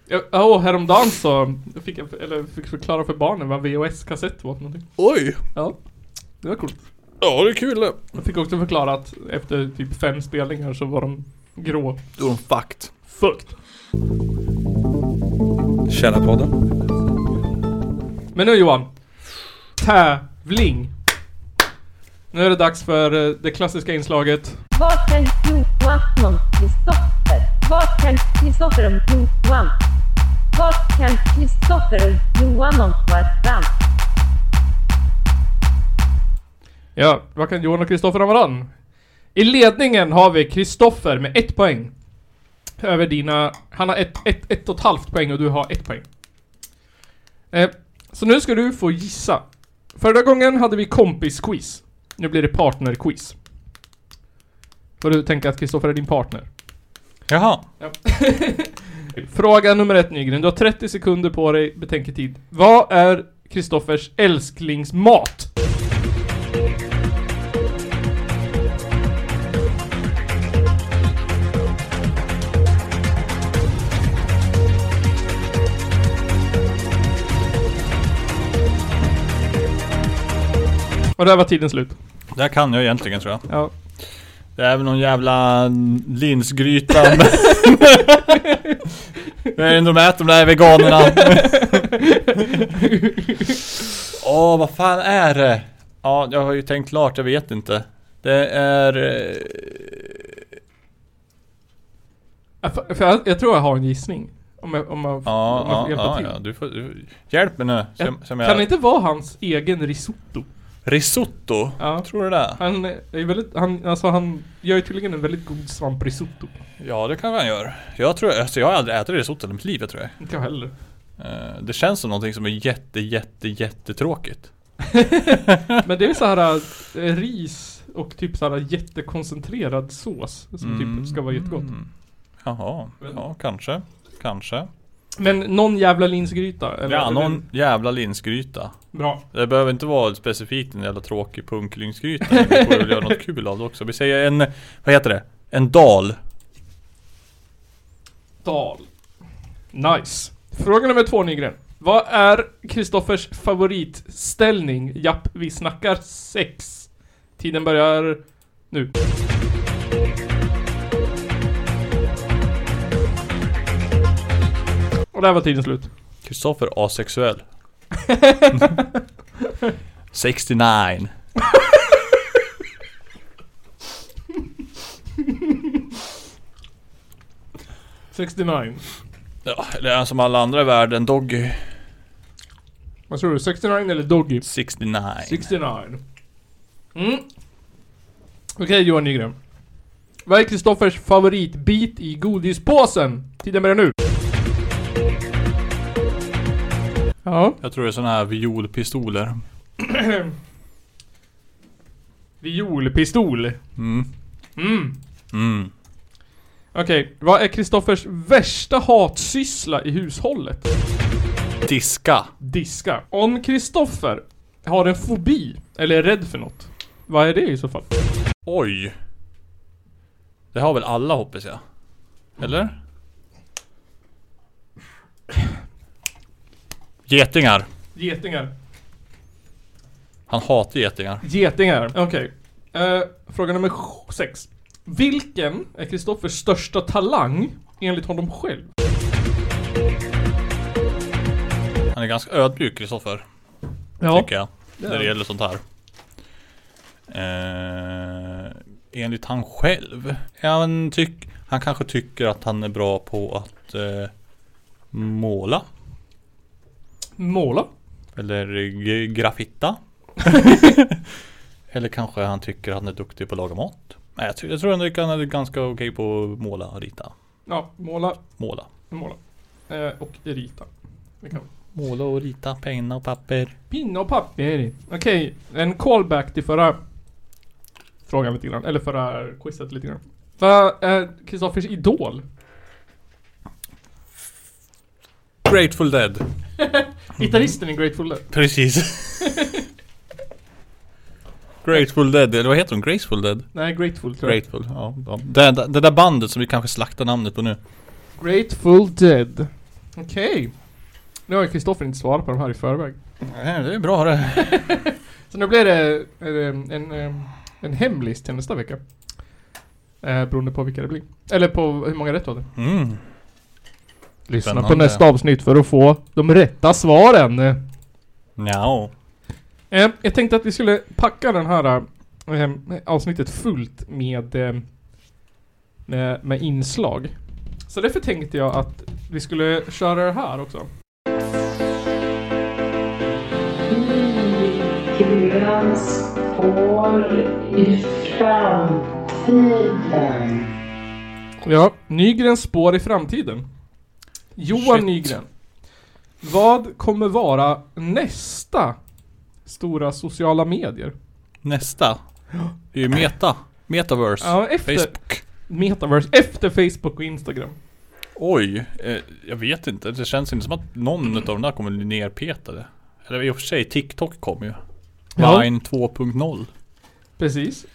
S3: Ja, åh, häromdagen så fick jag eller fick förklara för barnen vad VHS-kassett var för någonting.
S4: Oj!
S3: Ja. Det var coolt.
S4: Ja, det är kul det.
S3: Jag fick också förklara att efter typ fem spelningar så var de grå.
S4: Då är de fucked.
S3: Fukt.
S9: Källarpodden.
S3: Men nu Johan. Tävling. Nu är det dags för eh, det klassiska inslaget.
S10: Vad kan Johan om Kristoffer? Vad kan Kristoffer om Johan? Vad kan Kristoffer och Johan om varann?
S3: Ja, vad kan Johan och Kristoffer om varann? I ledningen har vi Kristoffer med ett poäng. Över dina... Han har ett, ett, ett och ett halvt poäng och du har ett poäng. Eh, så nu ska du få gissa. Förra gången hade vi kompis-quiz. Nu blir det partner-quiz. Får du tänka att Kristoffer är din partner.
S4: Jaha.
S3: (laughs) Fråga nummer ett Nygren, du har 30 sekunder på dig betänketid. Vad är Kristoffers älsklingsmat? Och där var tiden slut.
S4: Det här kan jag egentligen tror jag.
S3: Ja. (laughs)
S4: Det är väl någon jävla linsgryta med, Jag är ändå med de
S3: (laughs)
S4: där veganerna. Åh, vad fan är det? Ja, jag har ju tänkt klart, jag vet inte. Det är... eh,
S3: Ja, För, för jag, jag tror jag har en gissning. Om jag, om jag,
S4: Ja,
S3: om jag
S4: ja,
S3: får hjälpa
S4: ja,
S3: till.
S4: ja, du får... Du, hjälp mig nu. Som,
S3: Kan
S4: som
S3: det
S4: jag,
S3: inte vara hans egen risotto?
S4: risotto?
S3: Ja.
S4: Tror du det?
S3: Han är väldigt, han, alltså han gör ju tydligen en väldigt god svamprisotto.
S4: Ja, det kan man göra. Jag tror, alltså jag har aldrig ätit risotto i mitt liv, jag tror jag.
S3: Inte jag heller.
S4: Eh, Det känns som någonting som är jätte, jätte, jättetråkigt.
S3: Men det är så här eh, ris och typ så här jättekoncentrerad sås som
S4: Mm.
S3: typ ska vara jättegott.
S4: Mm. Jaha, ja kanske. Kanske.
S3: Men någon jävla linsgryta eller?
S4: Ja, någon jävla linsgryta.
S3: Bra.
S4: Det behöver inte vara specifikt en jävla tråkig punklingsgryta. men Vi får väl göra något kul av det också. Vi säger en, vad heter det? En dal.
S3: Dal. Nice. Fråga nummer två Nygren. Vad är Kristoffers favoritställning? Japp, vi snackar sex. Tiden börjar nu. Och där var tiden slut.
S4: Kristoffer asexuell. 69.
S3: Sixty-nine.
S4: Ja, eller är han som alla andra i världen. Doggy.
S3: Vad tror du? 69 eller Doggy?
S4: 69.
S3: 69. Mm. Okej Johan Nygren. Vad är Kristoffers favoritbit i godispåsen? Tiden börjar nu. Ja.
S4: Jag tror det är såna här violpistoler.
S3: Violpistol.
S4: Mm.
S3: Mm.
S4: Mm.
S3: Okej, vad är Kristoffers värsta hatsyssla i hushållet?
S4: Diska.
S3: Diska. Om Kristoffer har en fobi, eller är rädd för något, vad är det i så fall?
S4: Oj. Det har väl alla hoppas jag? Eller? Getingar.
S3: Getingar.
S4: Han hatar getingar.
S3: Getingar. Okej. Eh, fråga nummer sj- sex. Vilken är Kristoffers största talang enligt honom själv?
S4: Han är ganska ödmjuk Kristoffer.
S3: Ja.
S4: Tycker jag.
S3: det
S4: När
S3: är
S4: det
S3: han.
S4: gäller sånt här. Eh, enligt han själv. Han, tyck, han kanske tycker att han är bra på att eh, måla.
S3: Måla.
S4: Eller g- graffitta. Eller kanske han tycker att han är duktig på att laga mat. Nej, jag, tror, jag tror ändå att han är ganska okej på att måla och rita.
S3: Ja, måla,
S4: Måla.
S3: måla. Eh, och rita. Det kan vi.
S4: Måla och rita, penna och papper.
S3: Pinne och papper. Okej, en callback till förra frågan lite grann. Eller förra quizet lite grann. Vad är Kristoffers idol?
S4: Grateful Dead.
S3: Gitarristen i Grateful Dead.
S4: Precis. (laughs) Grateful Dead, eller vad heter de? Graceful Dead?
S3: Nej, Grateful tror jag.
S4: Grateful, ja. ja. Det, det, det där bandet som vi kanske slaktar namnet på nu.
S3: Grateful Dead. Okej. Nu har ju Kristoffer inte svarat på de här i förväg.
S4: Nej, det är bra det.
S3: Så nu blir det eh, en, eh, en hemlis till nästa vecka. Eh, beroende på vilka det blir. Eller på hur många rätt du hade.
S4: Mm.
S3: Lyssna
S4: Spännande.
S3: på nästa avsnitt för att få de rätta svaren.
S4: Nja.
S3: Eh, jag tänkte att vi skulle packa den här eh, avsnittet fullt med, eh, med, med inslag. Så därför tänkte jag att vi skulle köra det här också.
S9: Kulans spår i framtiden.
S3: Ja, Nygrens spår i framtiden. Johan
S4: Shit.
S3: Nygren. Vad kommer vara nästa stora sociala medier?
S4: Nästa. Det är ju Meta. Metaverse.
S3: Ja, efter
S4: Facebook.
S3: Metaverse, efter Facebook och Instagram.
S4: Oj, eh, jag vet inte. Det känns inte som att någon av de där kommer bli nerpetade. Eller i och för sig, TikTok kom ju.
S3: Ja.
S4: Vine 2.0.
S3: Precis.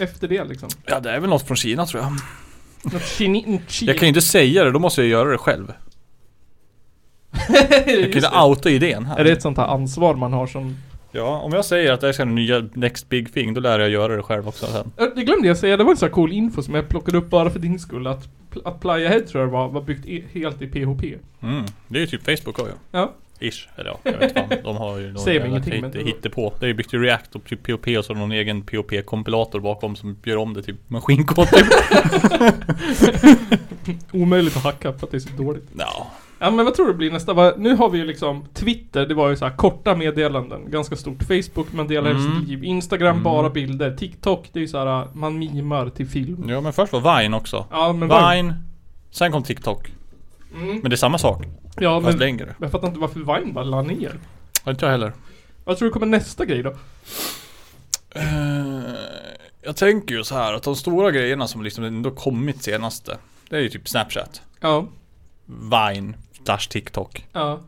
S3: Efter det liksom.
S4: Ja, det är väl något från Kina tror jag.
S3: Något kini... något chi-
S4: Jag kan ju inte säga det, då måste jag göra det själv. Jag
S3: Just
S4: kunde
S3: det.
S4: outa idén här.
S3: Är det ett sånt här ansvar man har som
S4: Ja, om jag säger att det här ska vara den nya Next Big Thing, då lär jag göra det själv också sen.
S3: Ö, Det glömde jag säga, det var en sån här cool info som jag plockade upp bara för din skull att, pl- att Playa Head tror jag det var, var byggt i, helt i PHP.
S4: Mm. Det är ju typ Facebook har ju.
S3: Ja.
S4: Ish, eller ja, jag vet fan. De har ju
S3: (laughs)
S4: någon
S3: Säger mig
S4: jävla
S3: ingenting,
S4: hit-
S3: men-
S4: hittepå. Det är ju byggt i React och typ POP och så har de någon egen POP-kompilator bakom som gör om det till (laughs) maskinkod typ.
S3: Omöjligt att hacka för att det är så dåligt.
S4: ja.
S3: Ja men vad tror du blir nästa? Vad- Nu har vi ju liksom Twitter, det var ju så här korta meddelanden. Ganska stort. Facebook, man delar
S4: Mm.
S3: sitt liv. Instagram,
S4: Mm.
S3: bara bilder. TikTok, det är ju så här man mimar till film.
S4: ja, men först var Vine också.
S3: Ja men vad-
S4: Vine, sen kom TikTok.
S3: Mm.
S4: Men det är samma sak,
S3: Ja
S4: fast
S3: men
S4: längre.
S3: jag fattar inte varför Vine bara la ner.
S4: Ja, inte jag heller.
S3: Vad tror du kommer nästa grej då?
S4: Eh, jag tänker ju så här att de stora grejerna som liksom ändå kommit senaste. Det är ju typ Snapchat,
S3: Ja,
S4: Vine, Dash TikTok.
S3: ja.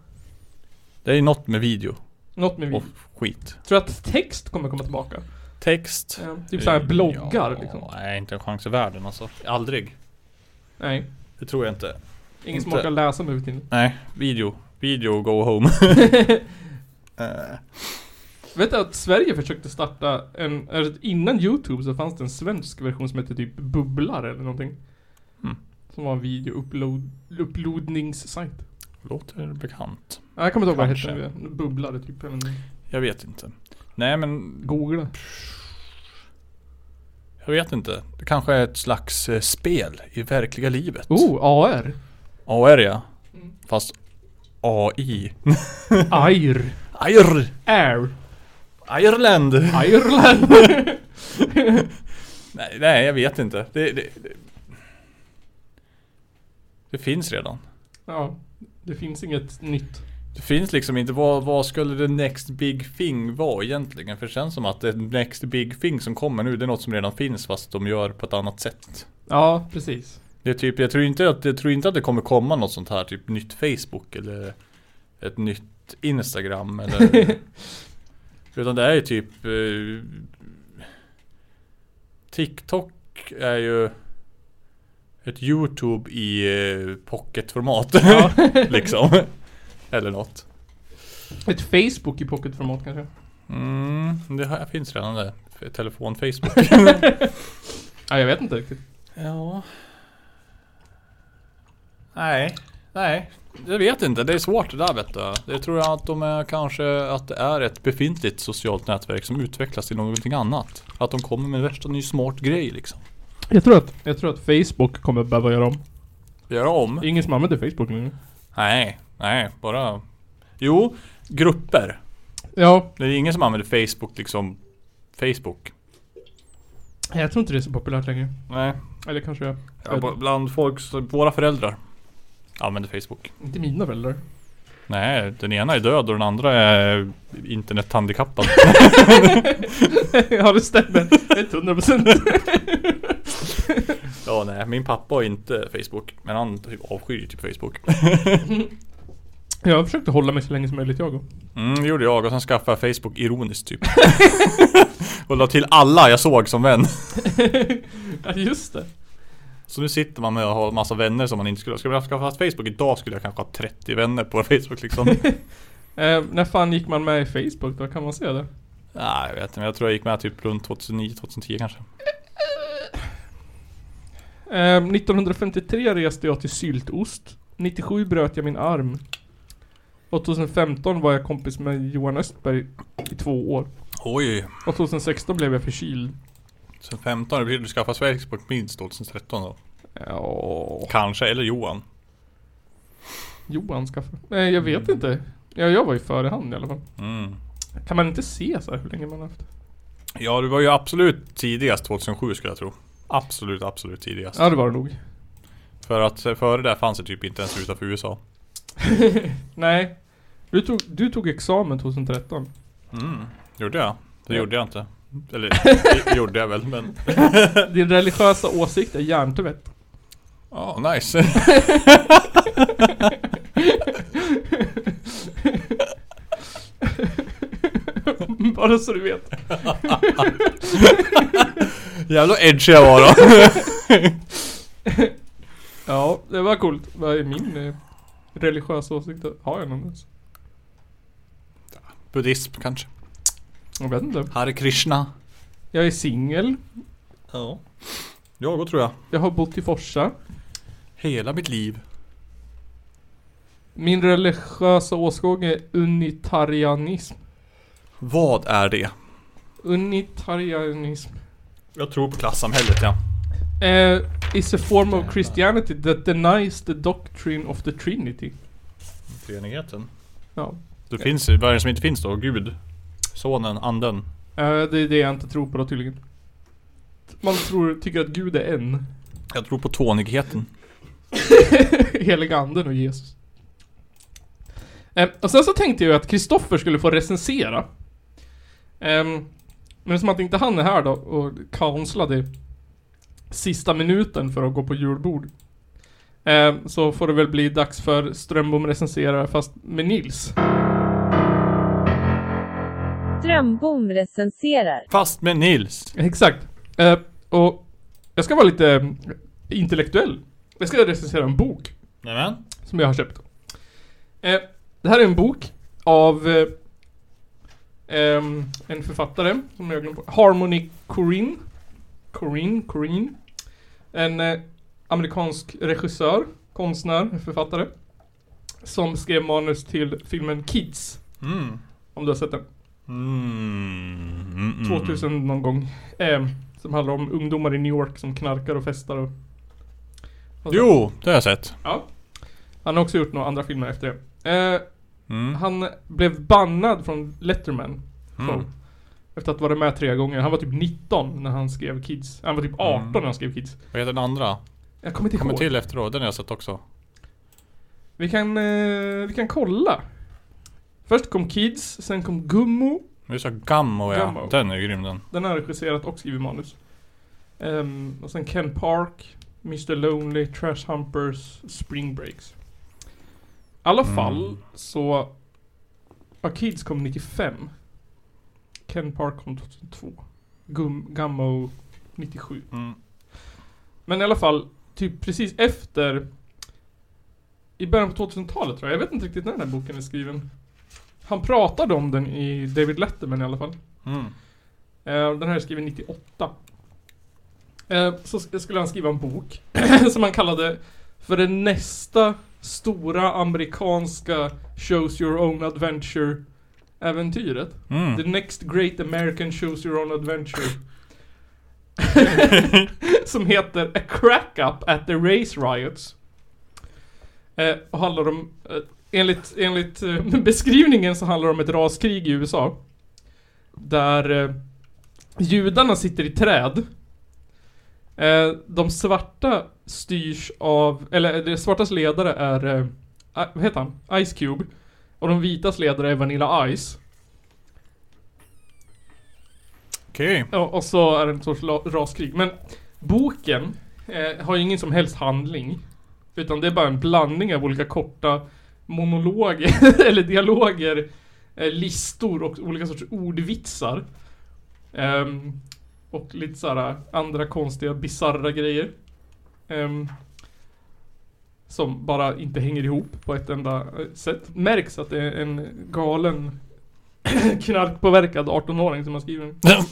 S4: Det är ju något med video
S3: Något med
S4: och
S3: video.
S4: skit.
S3: Tror du att text kommer komma tillbaka?
S4: Text.
S3: Ja, typ såhär
S4: Eh,
S3: bloggar
S4: ja,
S3: liksom.
S4: Nej, inte en chans i världen alltså. Aldrig.
S3: Nej.
S4: Det tror jag inte.
S3: Ingen som
S4: Inte.
S3: orkar läsa med till.
S4: Nej, video. Video go home. (laughs) Eh,
S3: Vet du att Sverige försökte starta en, eller innan YouTube så fanns det en svensk version som hette typ Bubblar eller någonting.
S4: Mm.
S3: Som var en video-uploadningssajt.
S4: låter bekant.
S3: Nej, jag kommer inte ihåg vad det
S4: Kanske.
S3: hette. nu. Bubblare typ. eller någonting.
S4: Jag vet inte. Nej men,
S3: Googla.
S4: jag vet inte. Det kanske är ett slags eh, spel i verkliga livet.
S3: Oh, AR.
S4: AR ja.
S3: Mm.
S4: Fast AI.
S3: AIR.
S4: (laughs) Air!
S3: Air.
S4: Ireland!
S3: Ireland.
S4: Nej, nej jag vet inte. Det, det, det, det finns redan.
S3: (laughs) ja, det finns inget nytt.
S4: Det finns liksom inte, vad, vad skulle the next big thing vara egentligen? För det känns som att the next big thing som kommer nu, det är något som redan finns fast de gör på ett annat sätt.
S3: Ja, precis.
S4: Det är typ, jag tror inte att, jag tror inte att det kommer komma något sånt här, typ nytt Facebook eller ett nytt Instagram eller... utan det är ju typ... Eh, TikTok är ju ett YouTube i eh, pocketformat. (laughs) liksom. Eller något.
S3: Ett Facebook i pocketformat kanske.
S4: Mm, det här finns redan det. F- Telefon, Facebook.
S3: Ja, jag vet inte riktigt.
S4: ja. Nej, nej. Jag vet inte, det är svårt det där vet du. Jag tror att de är kanske att det är ett befintligt socialt nätverk som utvecklas till någonting annat. Att de kommer med värsta ny smart grej liksom.
S3: Jag tror att, jag tror att Facebook kommer behöva göra om.
S4: Göra om?
S3: Det är ingen som använder Facebook längre.
S4: Nej, nej, bara... Jo, grupper.
S3: Ja,
S4: Det är ingen som använder Facebook liksom... Facebook.
S3: jag tror inte det är så populärt längre.
S4: Nej,
S3: Eller kanske jag.
S4: ja, b- bland folk, våra föräldrar använder Facebook.
S3: Inte mina föräldrar.
S4: Nej, den ena är död och den andra är
S3: (laughs)
S4: internethandikappad. (laughs)
S3: ja, det stämmer. Ett hundra procent.
S4: ja, nej, min pappa har inte Facebook. Men han typ avskyr ju typ (laughs) Facebook.
S3: (laughs) Jag försökte hålla mig så länge som möjligt jag och.
S4: Mm, det gjorde jag och sen skaffade jag Facebook ironiskt typ. (laughs) och la till alla jag såg som vän.
S3: (laughs) Ja, just det.
S4: Så nu sitter man med och har massa vänner som man inte skulle ha. Skulle jag skaffa Facebook idag skulle jag kanske ha 30 vänner på (laughs) Facebook liksom.
S3: Eh, när fan gick man med i Facebook då? Kan man se det?
S4: nej, jag vet inte. men Jag tror jag gick med typ runt 2009-2010 kanske.
S3: Eh, 1953 reste jag till Syltost. 97 bröt jag min arm. 2015 var jag kompis med Johan Östberg i två år.
S4: Oj.
S3: Och 2016 blev jag förkyld.
S4: Sen 15, det betyder att du skaffade Facebook minst 2013 då.
S3: Ja.
S4: Kanske, eller Johan.
S3: Johan skaffade. Nej, jag vet inte. Ja, jag var ju före han i alla fall.
S4: Mm.
S3: Kan man inte se så här hur länge man har haft?
S4: Ja, du var ju absolut tidigast 2007 skulle jag tro. Absolut, absolut tidigast.
S3: Ja, det var det nog.
S4: För att eh, före det fanns det typ inte ens utanför USA.
S3: Nej. Du tog, du tog examen 2013.
S4: Mm. Gjorde jag? Det
S3: Ja.
S4: gjorde jag inte. Eller, det gjorde jag väl men...
S3: Din religiösa åsikt är hjärntvätt. (laughs)
S4: Ja, nice.
S3: Bara så du vet.
S4: (laughs) Jävla edgy jag var då.
S3: Ja, det var coolt. Vad är min eh, religiösa åsikt? Har jag någon ens?
S4: Buddhism kanske.
S3: Jag vet inte.
S4: Hare Krishna.
S3: Jag är singel.
S4: Ja. Jag går tror jag.
S3: Jag har bott i Forsa.
S4: Hela mitt liv.
S3: Min religiösa åskådning är unitarianism.
S4: Vad är det?
S3: Unitarianism.
S4: Jag tror på klassamhället ja.
S3: Eh, is a form of Christianity that denies the doctrine of the Trinity.
S4: Treenigheten.
S3: Ja.
S4: Det finns ju, vad är det som inte finns då? Gud. Sonen, anden.
S3: Eh, det är det jag inte tror på då tydligen. Man tror, tycker att Gud är en.
S4: Jag tror på tånigheten.
S3: (laughs) Heliga anden och Jesus. Eh, och sen så tänkte jag ju att Kristoffer skulle få recensera. Ehm, men som att inte han är här då och counslade sista minuten för att gå på julbord. Ehm, så får det väl bli dags för Strömbom recenserar fast med Nils. (laughs)
S10: Strömbom recenserar.
S4: Fast med Nils.
S3: Exakt. Eh, och jag ska vara lite eh, intellektuell. Jag ska recensera en bok.
S4: Nämen.
S3: Som jag har köpt. Eh, det här är en bok av eh, ehm, en författare som jag glömde på. Harmony Corinne. Corinne, Corinne. En eh, amerikansk regissör, konstnär, författare. Som skrev manus till filmen Kids.
S4: Mm.
S3: Om du har sett den.
S4: Mm. Mm. mm.
S3: 2000 någon gång. Eh, som handlar om ungdomar i New York som knarkar och festar och... och så.
S4: Jo, det har jag sett.
S3: Ja. Han har också gjort några andra filmer efter det. Eh,
S4: Mm.
S3: Han blev bannad från Letterman show.
S4: Mm.
S3: Efter att ha varit med tre gånger. Han var typ 19 när han skrev Kids. Han var typ 18
S4: Mm.
S3: när han skrev Kids.
S4: Vad heter den andra?
S3: Jag kommer inte
S4: Kommer
S3: ihåg.
S4: till efteråt. Den har jag sett också.
S3: Vi kan, eh, vi kan kolla. Först kom Kids, sen kom Gummo.
S4: Nu sa Gammo ja.
S3: Gammo.
S4: Den är ju grym den.
S3: Den har regisserat och skrivit manus. Ehm, och sen Ken Park, Mr Lonely, Trash Humpers, Spring Breaks. I alla fall så... Ja, Kids kom 95. Ken Park kom 2002. Gum, Gummo 97.
S4: Mm.
S3: Men i alla fall, typ precis efter... I början på 2000-talet tror jag. Jag vet inte riktigt när den här boken är skriven. Han pratade om den i David Letterman i alla fall.
S4: Mm.
S3: Eh, Den här är skriven 98. Eh, Så sk- skulle han skriva en bok (clears throat) som han kallade för den nästa stora amerikanska Shows Your Own Adventure äventyret. The
S4: Mm.
S3: Next Great American Shows Your Own Adventure. (laughs) som heter A Crack Up at the Race Riots. Eh, och handlar om, eh, enligt, enligt eh, (laughs) beskrivningen så handlar det om ett raskrig i USA. Där eh, judarna sitter i träd. Eh, de svarta styrs av, eller eh, de svartas ledare är, eh, I- vad heter han? Ice Cube. Och de vitas ledare är Vanilla Ice.
S4: (laughs) Okej.
S3: Ja, och så är det en sorts la- raskrig. Men boken eh, har ju ingen som helst handling. Utan det är bara en blandning av olika korta monologer, (laughs) eller dialoger, eh, listor och olika sorts ordvitsar. Ehm, och lite såhär andra konstiga, bizarra grejer. Ehm, som bara inte hänger ihop på ett enda eh, sätt. Märks att det är en galen (laughs) knarkpåverkad 18-åring som har skrivit den.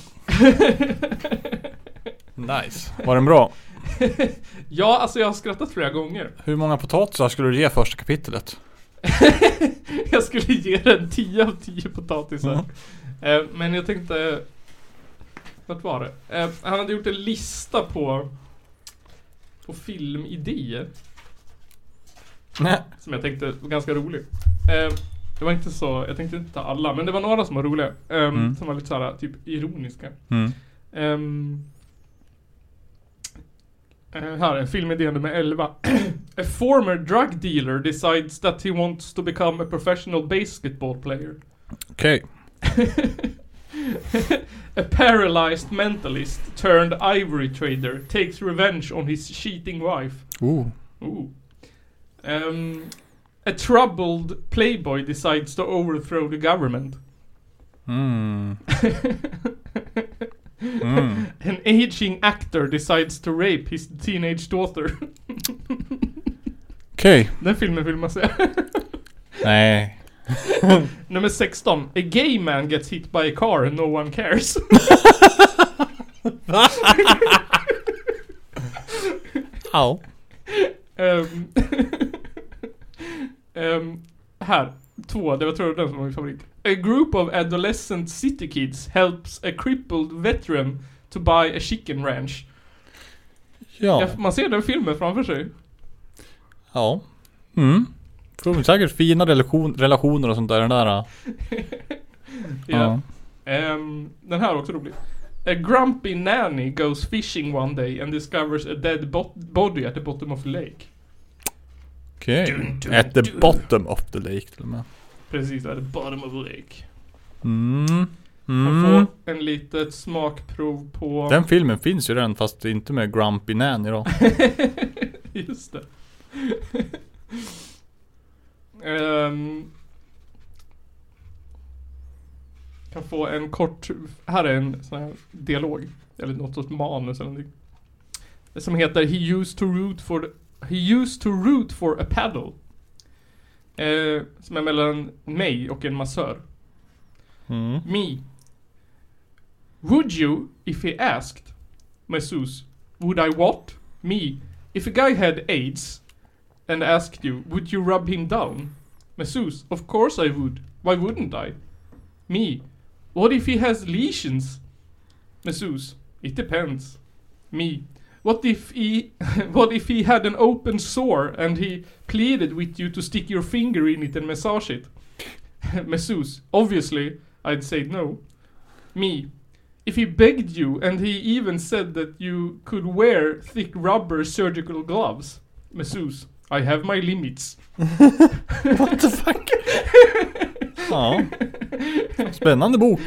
S4: Nice. Var den bra?
S3: Ja, alltså jag har skrattat flera gånger. (laughs)
S4: Hur många potatisar skulle du ge första kapitlet?
S3: Jag skulle ge den 10 av 10 potatisar. Eh, men jag tänkte... Vart var det? Eh, han hade gjort en lista på... På filmidéer.
S4: Nej.
S3: Som jag tänkte var ganska rolig. Eh, det var inte så... Jag tänkte inte ta alla, men det var några som var roliga. ehm,
S4: Mm.
S3: Som var lite såhär, typ ironiska.
S4: Mm.
S3: Ehm, eh, här, är filmidé nummer 11. (clears throat) a former drug dealer decides that he wants to become a professional basketball player.
S4: Okej.
S3: a paralyzed mentalist turned ivory trader takes revenge on his cheating wife.
S4: Oh.
S3: Ooh. Ehm, a troubled playboy decides to overthrow the government.
S4: Mm. Mm.
S3: (laughs) An aging actor decides to rape his teenage daughter. (laughs)
S4: Okej.
S3: Den filmen vill man se.
S4: Nej.
S3: (laughs) Nummer 16. A gay man gets hit by a car and no one cares. (laughs)
S4: Ja.
S3: Ehm, (laughs) ehm, här. Två, det var tror jag den som var min favorit. A group of adolescent city kids helps a crippled veteran to buy a chicken ranch.
S4: Ja.
S3: Ja, man ser den filmen framför sig.
S4: Ja. Mm. Tror säkert fina relation, relationer och sånt där. Den där. Ja.
S3: Ja. Ehm, den här är också rolig. A grumpy nanny goes fishing one day and discovers a dead bo- body at the bottom of a lake.
S4: Okej. At the bottom of the lake till och med.
S3: Precis, at the bottom of a lake.
S4: Mm.
S3: Man
S4: Mm.
S3: får en litet smakprov på...
S4: Den filmen finns ju redan fast det är inte med Grumpy Nanny då.
S3: (laughs) Just det. Ehm. kan få en kort, här är en sån här dialog, eller något sorts manus eller någonting. Som heter He used to root for, the, he used to root for a paddle. Eh, som är mellan mig och en massör.
S4: Mm.
S3: Me. Would you, if he asked, masseuse, would I what? Me. If a guy had AIDS and asked you, would you rub him down? Masseuse, of course I would. Why wouldn't I? Me. What if he has lesions? Masseuse, it depends. Me. What if he (laughs) what if he had an open sore and he pleaded with you to stick your finger in it and massage it? (laughs) masseuse. Obviously, I'd say no. Me. If he begged you and he even said that you could wear thick rubber surgical gloves. Masseuse. I have my limits. (laughs)
S4: What the fuck? ja. Spännande bok.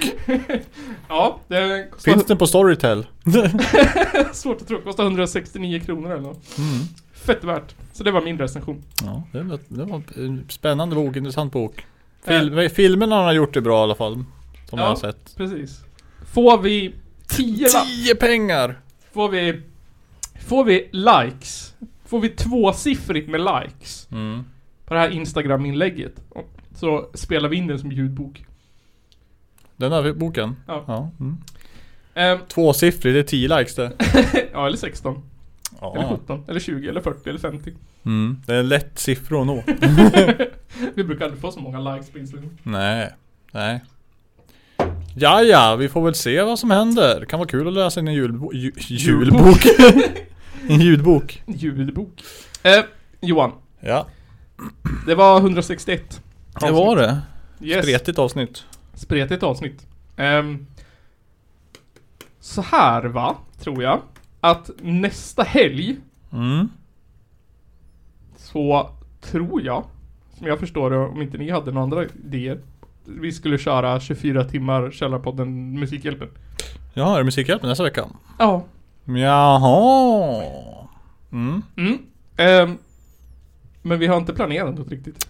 S3: Ja, det kostar,
S4: Finns den på (laughs) Storytel?
S3: svårt att tro. Kostar 169 kronor eller nåt.
S4: Mm.
S3: Fett värt. Så det var min recension.
S4: Ja, det var, det var en spännande bok, intressant bok.
S3: Eh,
S4: Fil, Filmerna han har gjort är bra i alla fall. Som jag har sett.
S3: precis. Får vi 10
S4: Tio pengar!
S3: Får vi... Får vi likes? Får vi tvåsiffrigt med likes?
S4: Mm.
S3: På det här Instagram-inlägget. Så spelar vi in den som ljudbok.
S4: Den här boken?
S3: Ja.
S4: ja. Mm.
S3: Ehm,
S4: Tvåsiffrig, det är 10 likes det.
S3: Ja, eller 16. Eller
S4: Ja.
S3: 17. Eller 20. Eller 40. Eller 50.
S4: Mm. Det är en lätt siffra att nå.
S3: Vi brukar aldrig få så många likes på Instagram.
S4: Nej, nej. Ja, ja, vi får väl se vad som händer. Det kan vara kul att läsa in en julbo- ju- julbok. (laughs) en ljudbok.
S3: Ljudbok. Eh, Johan.
S4: Ja,
S3: Det var 161.
S4: det var det.
S3: Yes.
S4: Spretigt avsnitt.
S3: Spretigt avsnitt. Ehm, så här va, tror jag. Att nästa helg
S4: Mm.
S3: så tror jag, som jag förstår det, om inte ni hade några andra idéer. Vi skulle köra 24 timmar Källarpodden Musikhjälpen.
S4: Ja, är det Musikhjälpen nästa vecka?
S3: Ja.
S4: Jaha. Mm,
S3: Mm. Ehm, men vi har inte planerat något riktigt.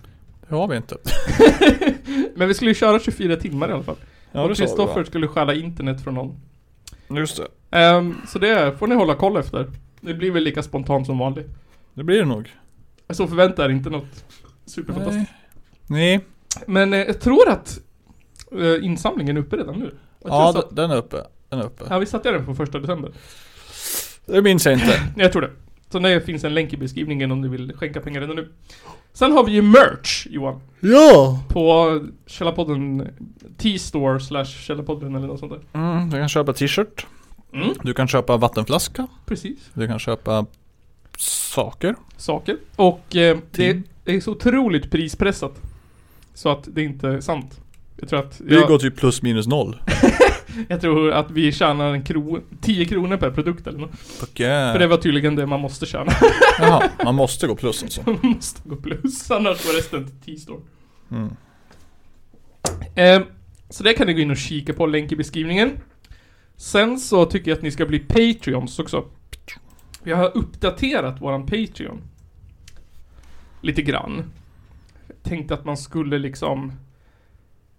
S4: det har vi inte.
S3: Men vi skulle ju köra 24 timmar i alla fall.
S4: Ja,
S3: och Kristoffer skulle stjäla internet från någon.
S4: Just det.
S3: Ehm, så det får ni hålla koll efter. Det blir väl lika spontant som vanligt.
S4: Det blir det nog.
S3: Så förvänta er inte något superfantastiskt.
S4: Nej.
S3: Men eh, jag tror att eh, insamlingen är uppe redan nu. Jag tror
S4: Ja,
S3: jag satt,
S4: d- den är uppe. Den är uppe.
S3: ja, vi satte den på första december.
S4: Det minns jag inte.
S3: Nej, Jag tror det. Så det finns en länk i beskrivningen om ni vill skänka pengar redan nu. Sen har vi ju merch, Johan.
S4: Ja!
S3: På Källarpodden T-store slash Källarpodden eller något sånt där.
S4: (clears throat) Mm, du kan köpa t-shirt.
S3: Mm.
S4: Du kan köpa vattenflaska.
S3: Precis.
S4: Du kan köpa saker.
S3: saker. Och eh, det,
S4: Ting.
S3: det är så otroligt prispressat. Så att det inte är sant. Jag tror att,
S4: Det går
S3: jag,
S4: typ plus minus noll.
S3: jag tror att vi tjänar en kro, 10 kronor per produkt eller nåt.
S4: Fuck yeah.
S3: För det var tydligen det man måste tjäna.
S4: Jaha, man måste gå
S3: (laughs)
S4: plus alltså.
S3: man måste gå plus, annars var resten till T-store.
S4: Mm.
S3: Eh, så det kan ni gå in och kika på, länk i beskrivningen. Sen så tycker jag att ni ska bli Patreons också. Vi har uppdaterat våran Patreon. Lite grann. Tänkte att man skulle liksom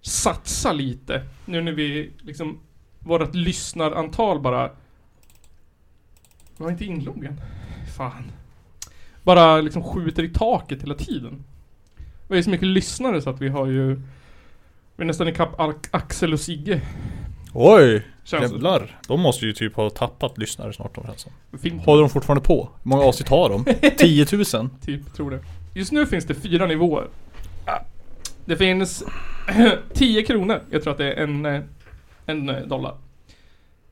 S3: satsa lite. Nu när vi liksom, vårat lyssnarantal bara... Var inte inloggen? Fan. Bara liksom skjuter i taket hela tiden. Vi har ju så mycket lyssnare så att vi har ju... Vi är nästan ikapp Al- Axel och Sigge.
S4: Oj!
S3: Känns det.
S4: Jävlar. De måste ju typ ha tappat lyssnare snart de känns som.
S3: Fin,
S4: Håller de fortfarande på? Hur många avsnitt har de?
S3: (laughs)
S4: 10 000?
S3: typ, tror det. Just nu finns det fyra nivåer. Det finns (clears throat) 10 kronor. Jag tror att det är en, eh, en eh, dollar.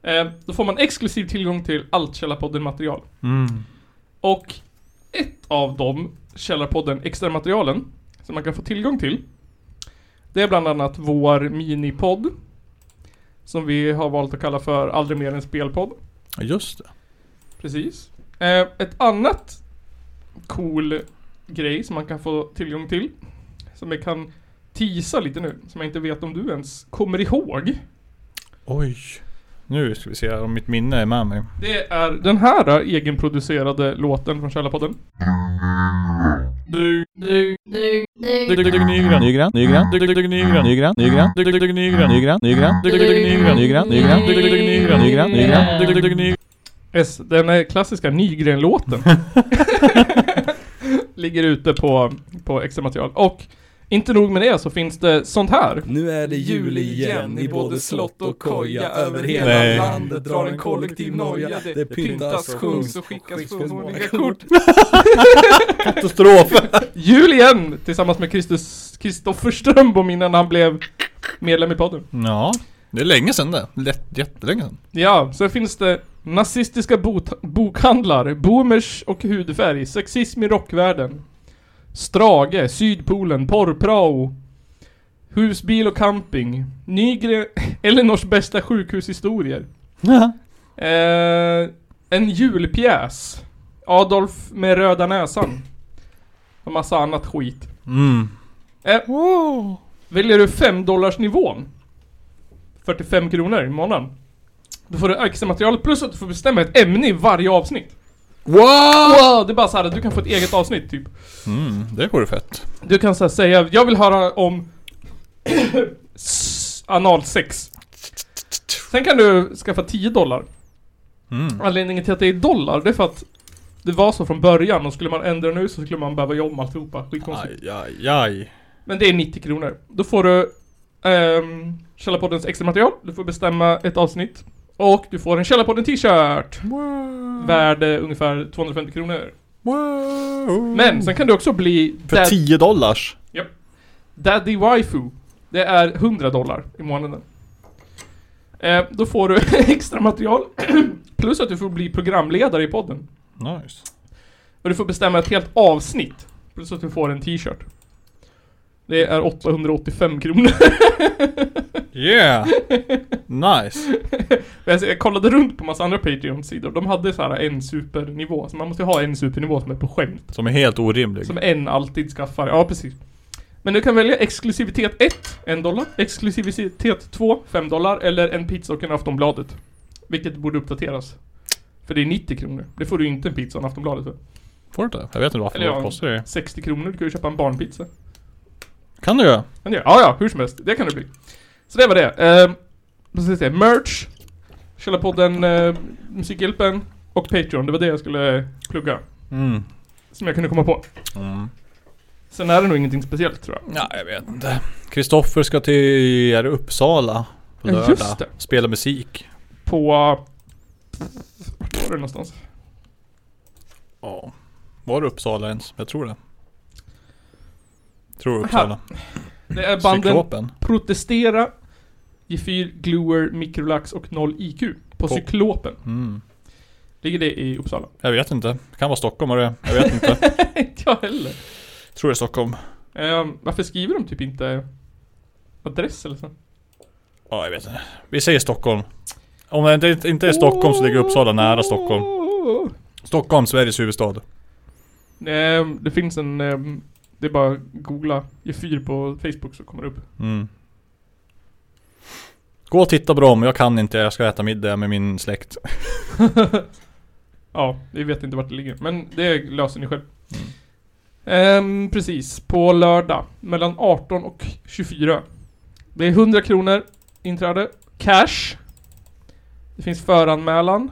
S3: Eh, Då får man exklusiv tillgång till allt Källarpodden-material.
S4: Mm.
S3: Och ett av dem, Källarpodden extra materialen som man kan få tillgång till. Det är bland annat vår minipodd. Som vi har valt att kalla för Aldrig mer en spelpodd.
S4: Ja, Just det.
S3: Precis. Eh, ett annat cool grej som man kan få tillgång till. Som jag kan tisa lite nu. Som jag inte vet om du ens kommer ihåg.
S4: Oj. Nu ska vi se om mitt minne är med mig.
S3: Det är den här eh, egenproducerade låten från Källarpodden.
S4: Du, du, du, du, du, Nygren. Nygren, Nygren, du, du, du, Nygren, Nygren, Nygren, du, du, du, Nygren, Nygren, Nygren, du, du, du, Nygren, Nygren, Nygren, du, du, du, Nygren, Nygren, Nygren, du, du, du, Nygren.
S3: S, den här klassiska Nygren-låten. Ligger ute på, på extra material. Och inte nog med det så finns det sånt här.
S11: Nu är det jul igen i både slott och koja Över hela
S4: Nej.
S11: landet drar en kollektiv noja Det pyntas, sjungs och skickas förmånliga kort
S4: Katastrof!
S3: Jul igen! Tillsammans med Kristus- Kristoffer Strömbom innan han blev medlem i podden.
S4: Ja, det är länge sedan det. Lätt, jättelänge sedan.
S3: Ja, sen finns det nazistiska bot- bokhandlar, boomers och hudfärg, sexism i rockvärlden, Strage, Sydpolen, porrprao, husbil och camping, Nygren, (laughs) Elinors bästa sjukhushistorier, eh, en julpjäs, Adolf med röda näsan och massa annat skit.
S4: Mm.
S3: Eh, Väljer du 5 dollars nivån 45 kronor i månaden Då får du extra material plus att du får bestämma ett ämne i varje avsnitt
S4: Wow!
S3: Wow, Det är bara så här att du kan få ett eget avsnitt typ
S4: Mm, det vore fett.
S3: Du kan så här säga, jag vill höra om s- analsex Sen kan du skaffa 10 dollar
S4: Mm.
S3: Anledningen till att det är dollar, det är för att det var så från början och skulle man ändra nu så skulle man behöva göra om alltihopa, skitkonstigt
S4: Aj, aj, aj.
S3: Men det är 90 kronor. Då får du ehm, Källarpoddens extra material. Du får bestämma ett avsnitt. Och du får en Källarpodden t-shirt. Värd eh, ungefär 250 kronor.
S4: Wow.
S3: Men sen kan du också bli
S4: För
S3: dad-
S4: 10 dollars?
S3: Daddy Waifu. Det är 100 dollar i månaden. Eh, då får du (laughs) extra material. (clears throat) Plus att du får bli programledare i podden.
S4: Nice.
S3: Och du får bestämma ett helt avsnitt. Plus att du får en t-shirt. Det är 885 kronor. (laughs)
S4: Yeah! Nice.
S3: Jag jag kollade runt på massa andra Patreon-sidor. De hade så här en supernivå. Så man måste ju ha en supernivå som är på skämt.
S4: Som är helt orimlig.
S3: Som en alltid skaffar. Ja, precis. Men du kan välja exklusivitet 1, 1 dollar. Exklusivitet 2, 5 dollar. Eller en pizza och en Aftonbladet. Vilket borde uppdateras. För det är 90 kronor. Det får du ju inte en pizza och en Aftonbladet för.
S4: Får du inte? Jag vet inte varför
S3: Eller
S4: det
S3: ja.
S4: kostar det.
S3: 60 kronor, du kan ju köpa en barnpizza.
S4: Kan du göra?
S3: Men det, ja, ja, hur som helst. Det kan det bli. Så det var det. Ehm, precis det. Merch, Källarpodden, eh, Musikhjälpen och Patreon. Det var det jag skulle plugga.
S4: Mm.
S3: Som jag kunde komma på.
S4: Mm.
S3: Sen är det nog ingenting speciellt tror jag.
S4: Ja, jag vet inte. Kristoffer ska till är det Uppsala på
S3: Ja,
S4: lördag.
S3: just det.
S4: Spela musik.
S3: På... Vart var det någonstans?
S4: Ja. Var det Uppsala ens? Jag tror det. Tror Uppsala.
S3: Det är banden
S4: Cyklopen.
S3: Protestera, Gefyr, Gluer, Microlax och 0 IQ. På Cyklopen.
S4: Mm.
S3: Ligger det i Uppsala? (laughs)
S4: Jag vet inte. Det kan vara Stockholm och det. Jag vet inte.
S3: inte jag heller.
S4: tror det är Stockholm.
S3: Ehm, varför skriver de typ inte adress eller så?
S4: Ja, jag vet inte. Vi säger Stockholm. Om det inte- inte är Stockholm så ligger Uppsala nära Stockholm. Stockholm, Sveriges huvudstad.
S3: Ehm, det finns en... ehm, det är bara att googla Gefyr på Facebook så kommer det upp.
S4: Mm. Gå och titta på dem, jag kan inte, jag ska äta middag med min släkt.
S3: Ja, vi vet inte vart det ligger. Men det löser ni själv. Ehm, precis, på lördag. Mellan 18 och 24. Det är 100 kronor inträde. Cash. Det finns föranmälan.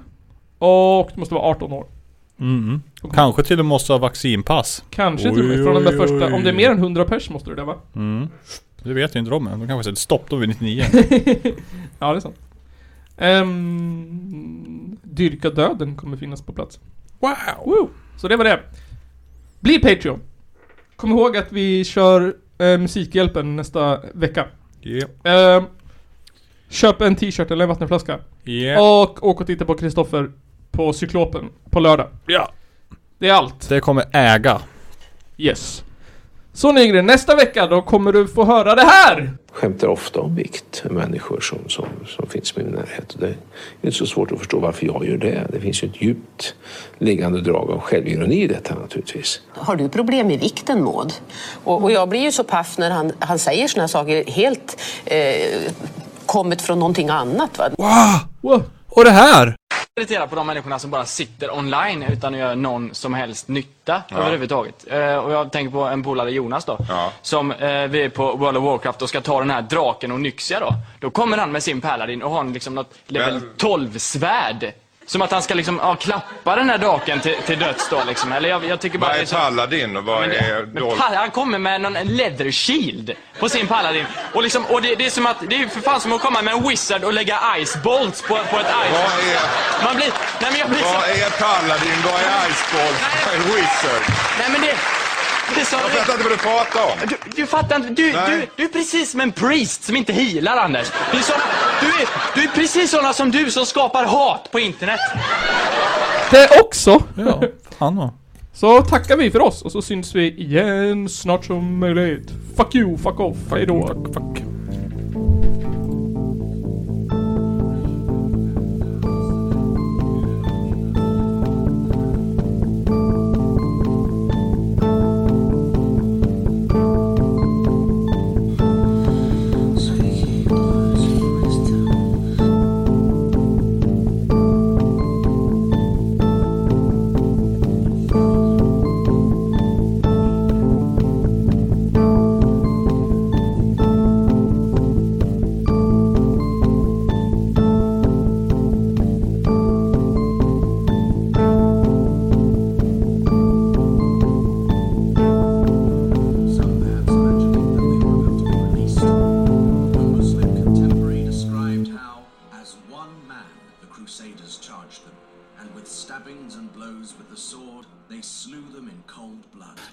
S3: Och du måste vara 18 år.
S4: Mm. Och kanske till och med måste ha vaccinpass.
S3: Kanske till och med från den där första, om det är mer än 100 pers måste det där va?
S4: Mm. Det vet ju inte de än. De kanske sätter stopp då vid 99. (laughs)
S3: (laughs) ja, det är sant. Ehm, dyrka döden kommer finnas på plats.
S4: Wow!
S3: Woo! Så det var det. Bli Patreon! Kom ihåg att vi kör eh, Musikhjälpen nästa vecka.
S4: Yep.
S3: Ehm, köp en t-shirt eller en vattenflaska.
S4: Yep.
S3: Och åk och titta på Kristoffer på Cyklopen på lördag.
S4: Ja.
S3: Det är allt.
S4: Det kommer äga.
S3: Yes. Så Nygren, nästa vecka då kommer du få höra det här!
S12: skämtar ofta om vikt, människor som, som, som finns i min närhet. Och det är inte så svårt att förstå varför jag gör det. Det finns ju ett djupt liggande drag av självironi i detta naturligtvis.
S13: Har du problem med vikten, Maud? Och, och jag blir ju så paff när han, han säger såna saker helt eh, kommet från någonting annat. Va?
S3: Wow!
S4: Och det här!
S14: irriterad på de människorna som bara sitter online utan att göra någon som helst nytta
S15: Ja.
S14: överhuvudtaget. Eh, och jag tänker på en polare, Jonas då. Som, eh, vi är på World of Warcraft och ska ta den här draken och nyxia då. Då kommer han med sin Paladin och har en liksom något level 12-svärd. Som att han ska liksom, ja, klappa den här draken till, till döds då liksom. Eller jag, jag tycker bara...
S15: Vad
S14: det
S15: är
S14: så-
S15: Paladin och vad
S14: men,
S15: är
S14: men
S15: Dolph?
S14: Pal- han kommer med någon leather shield på sin paladin. Och, liksom, och det, det är som att, det är ju för fan som att komma med en wizard och lägga ice bolts på, på ett ice...
S15: Vad är...
S14: Man blir, nej men jag blir
S15: Vad
S14: så...
S15: är Paladin? Vad är Iceball? Vad är Wizard?
S14: Nej men det... det är så,
S15: Jag fattar inte vad du pratar om.
S14: Du, du fattar inte, du, du, du är precis som en priest som inte healar Anders. Du är, så, du, är, du är precis såna som du som skapar hat på internet.
S3: Det också!
S4: Ja, fan då.
S3: Så tackar vi för oss och så syns vi igen snart som möjligt. Fuck you, fuck off, hejdå. Fuck,
S4: fuck.
S16: As one man, the Crusaders charged them, and with stabbings and blows with the sword, they slew them in cold blood.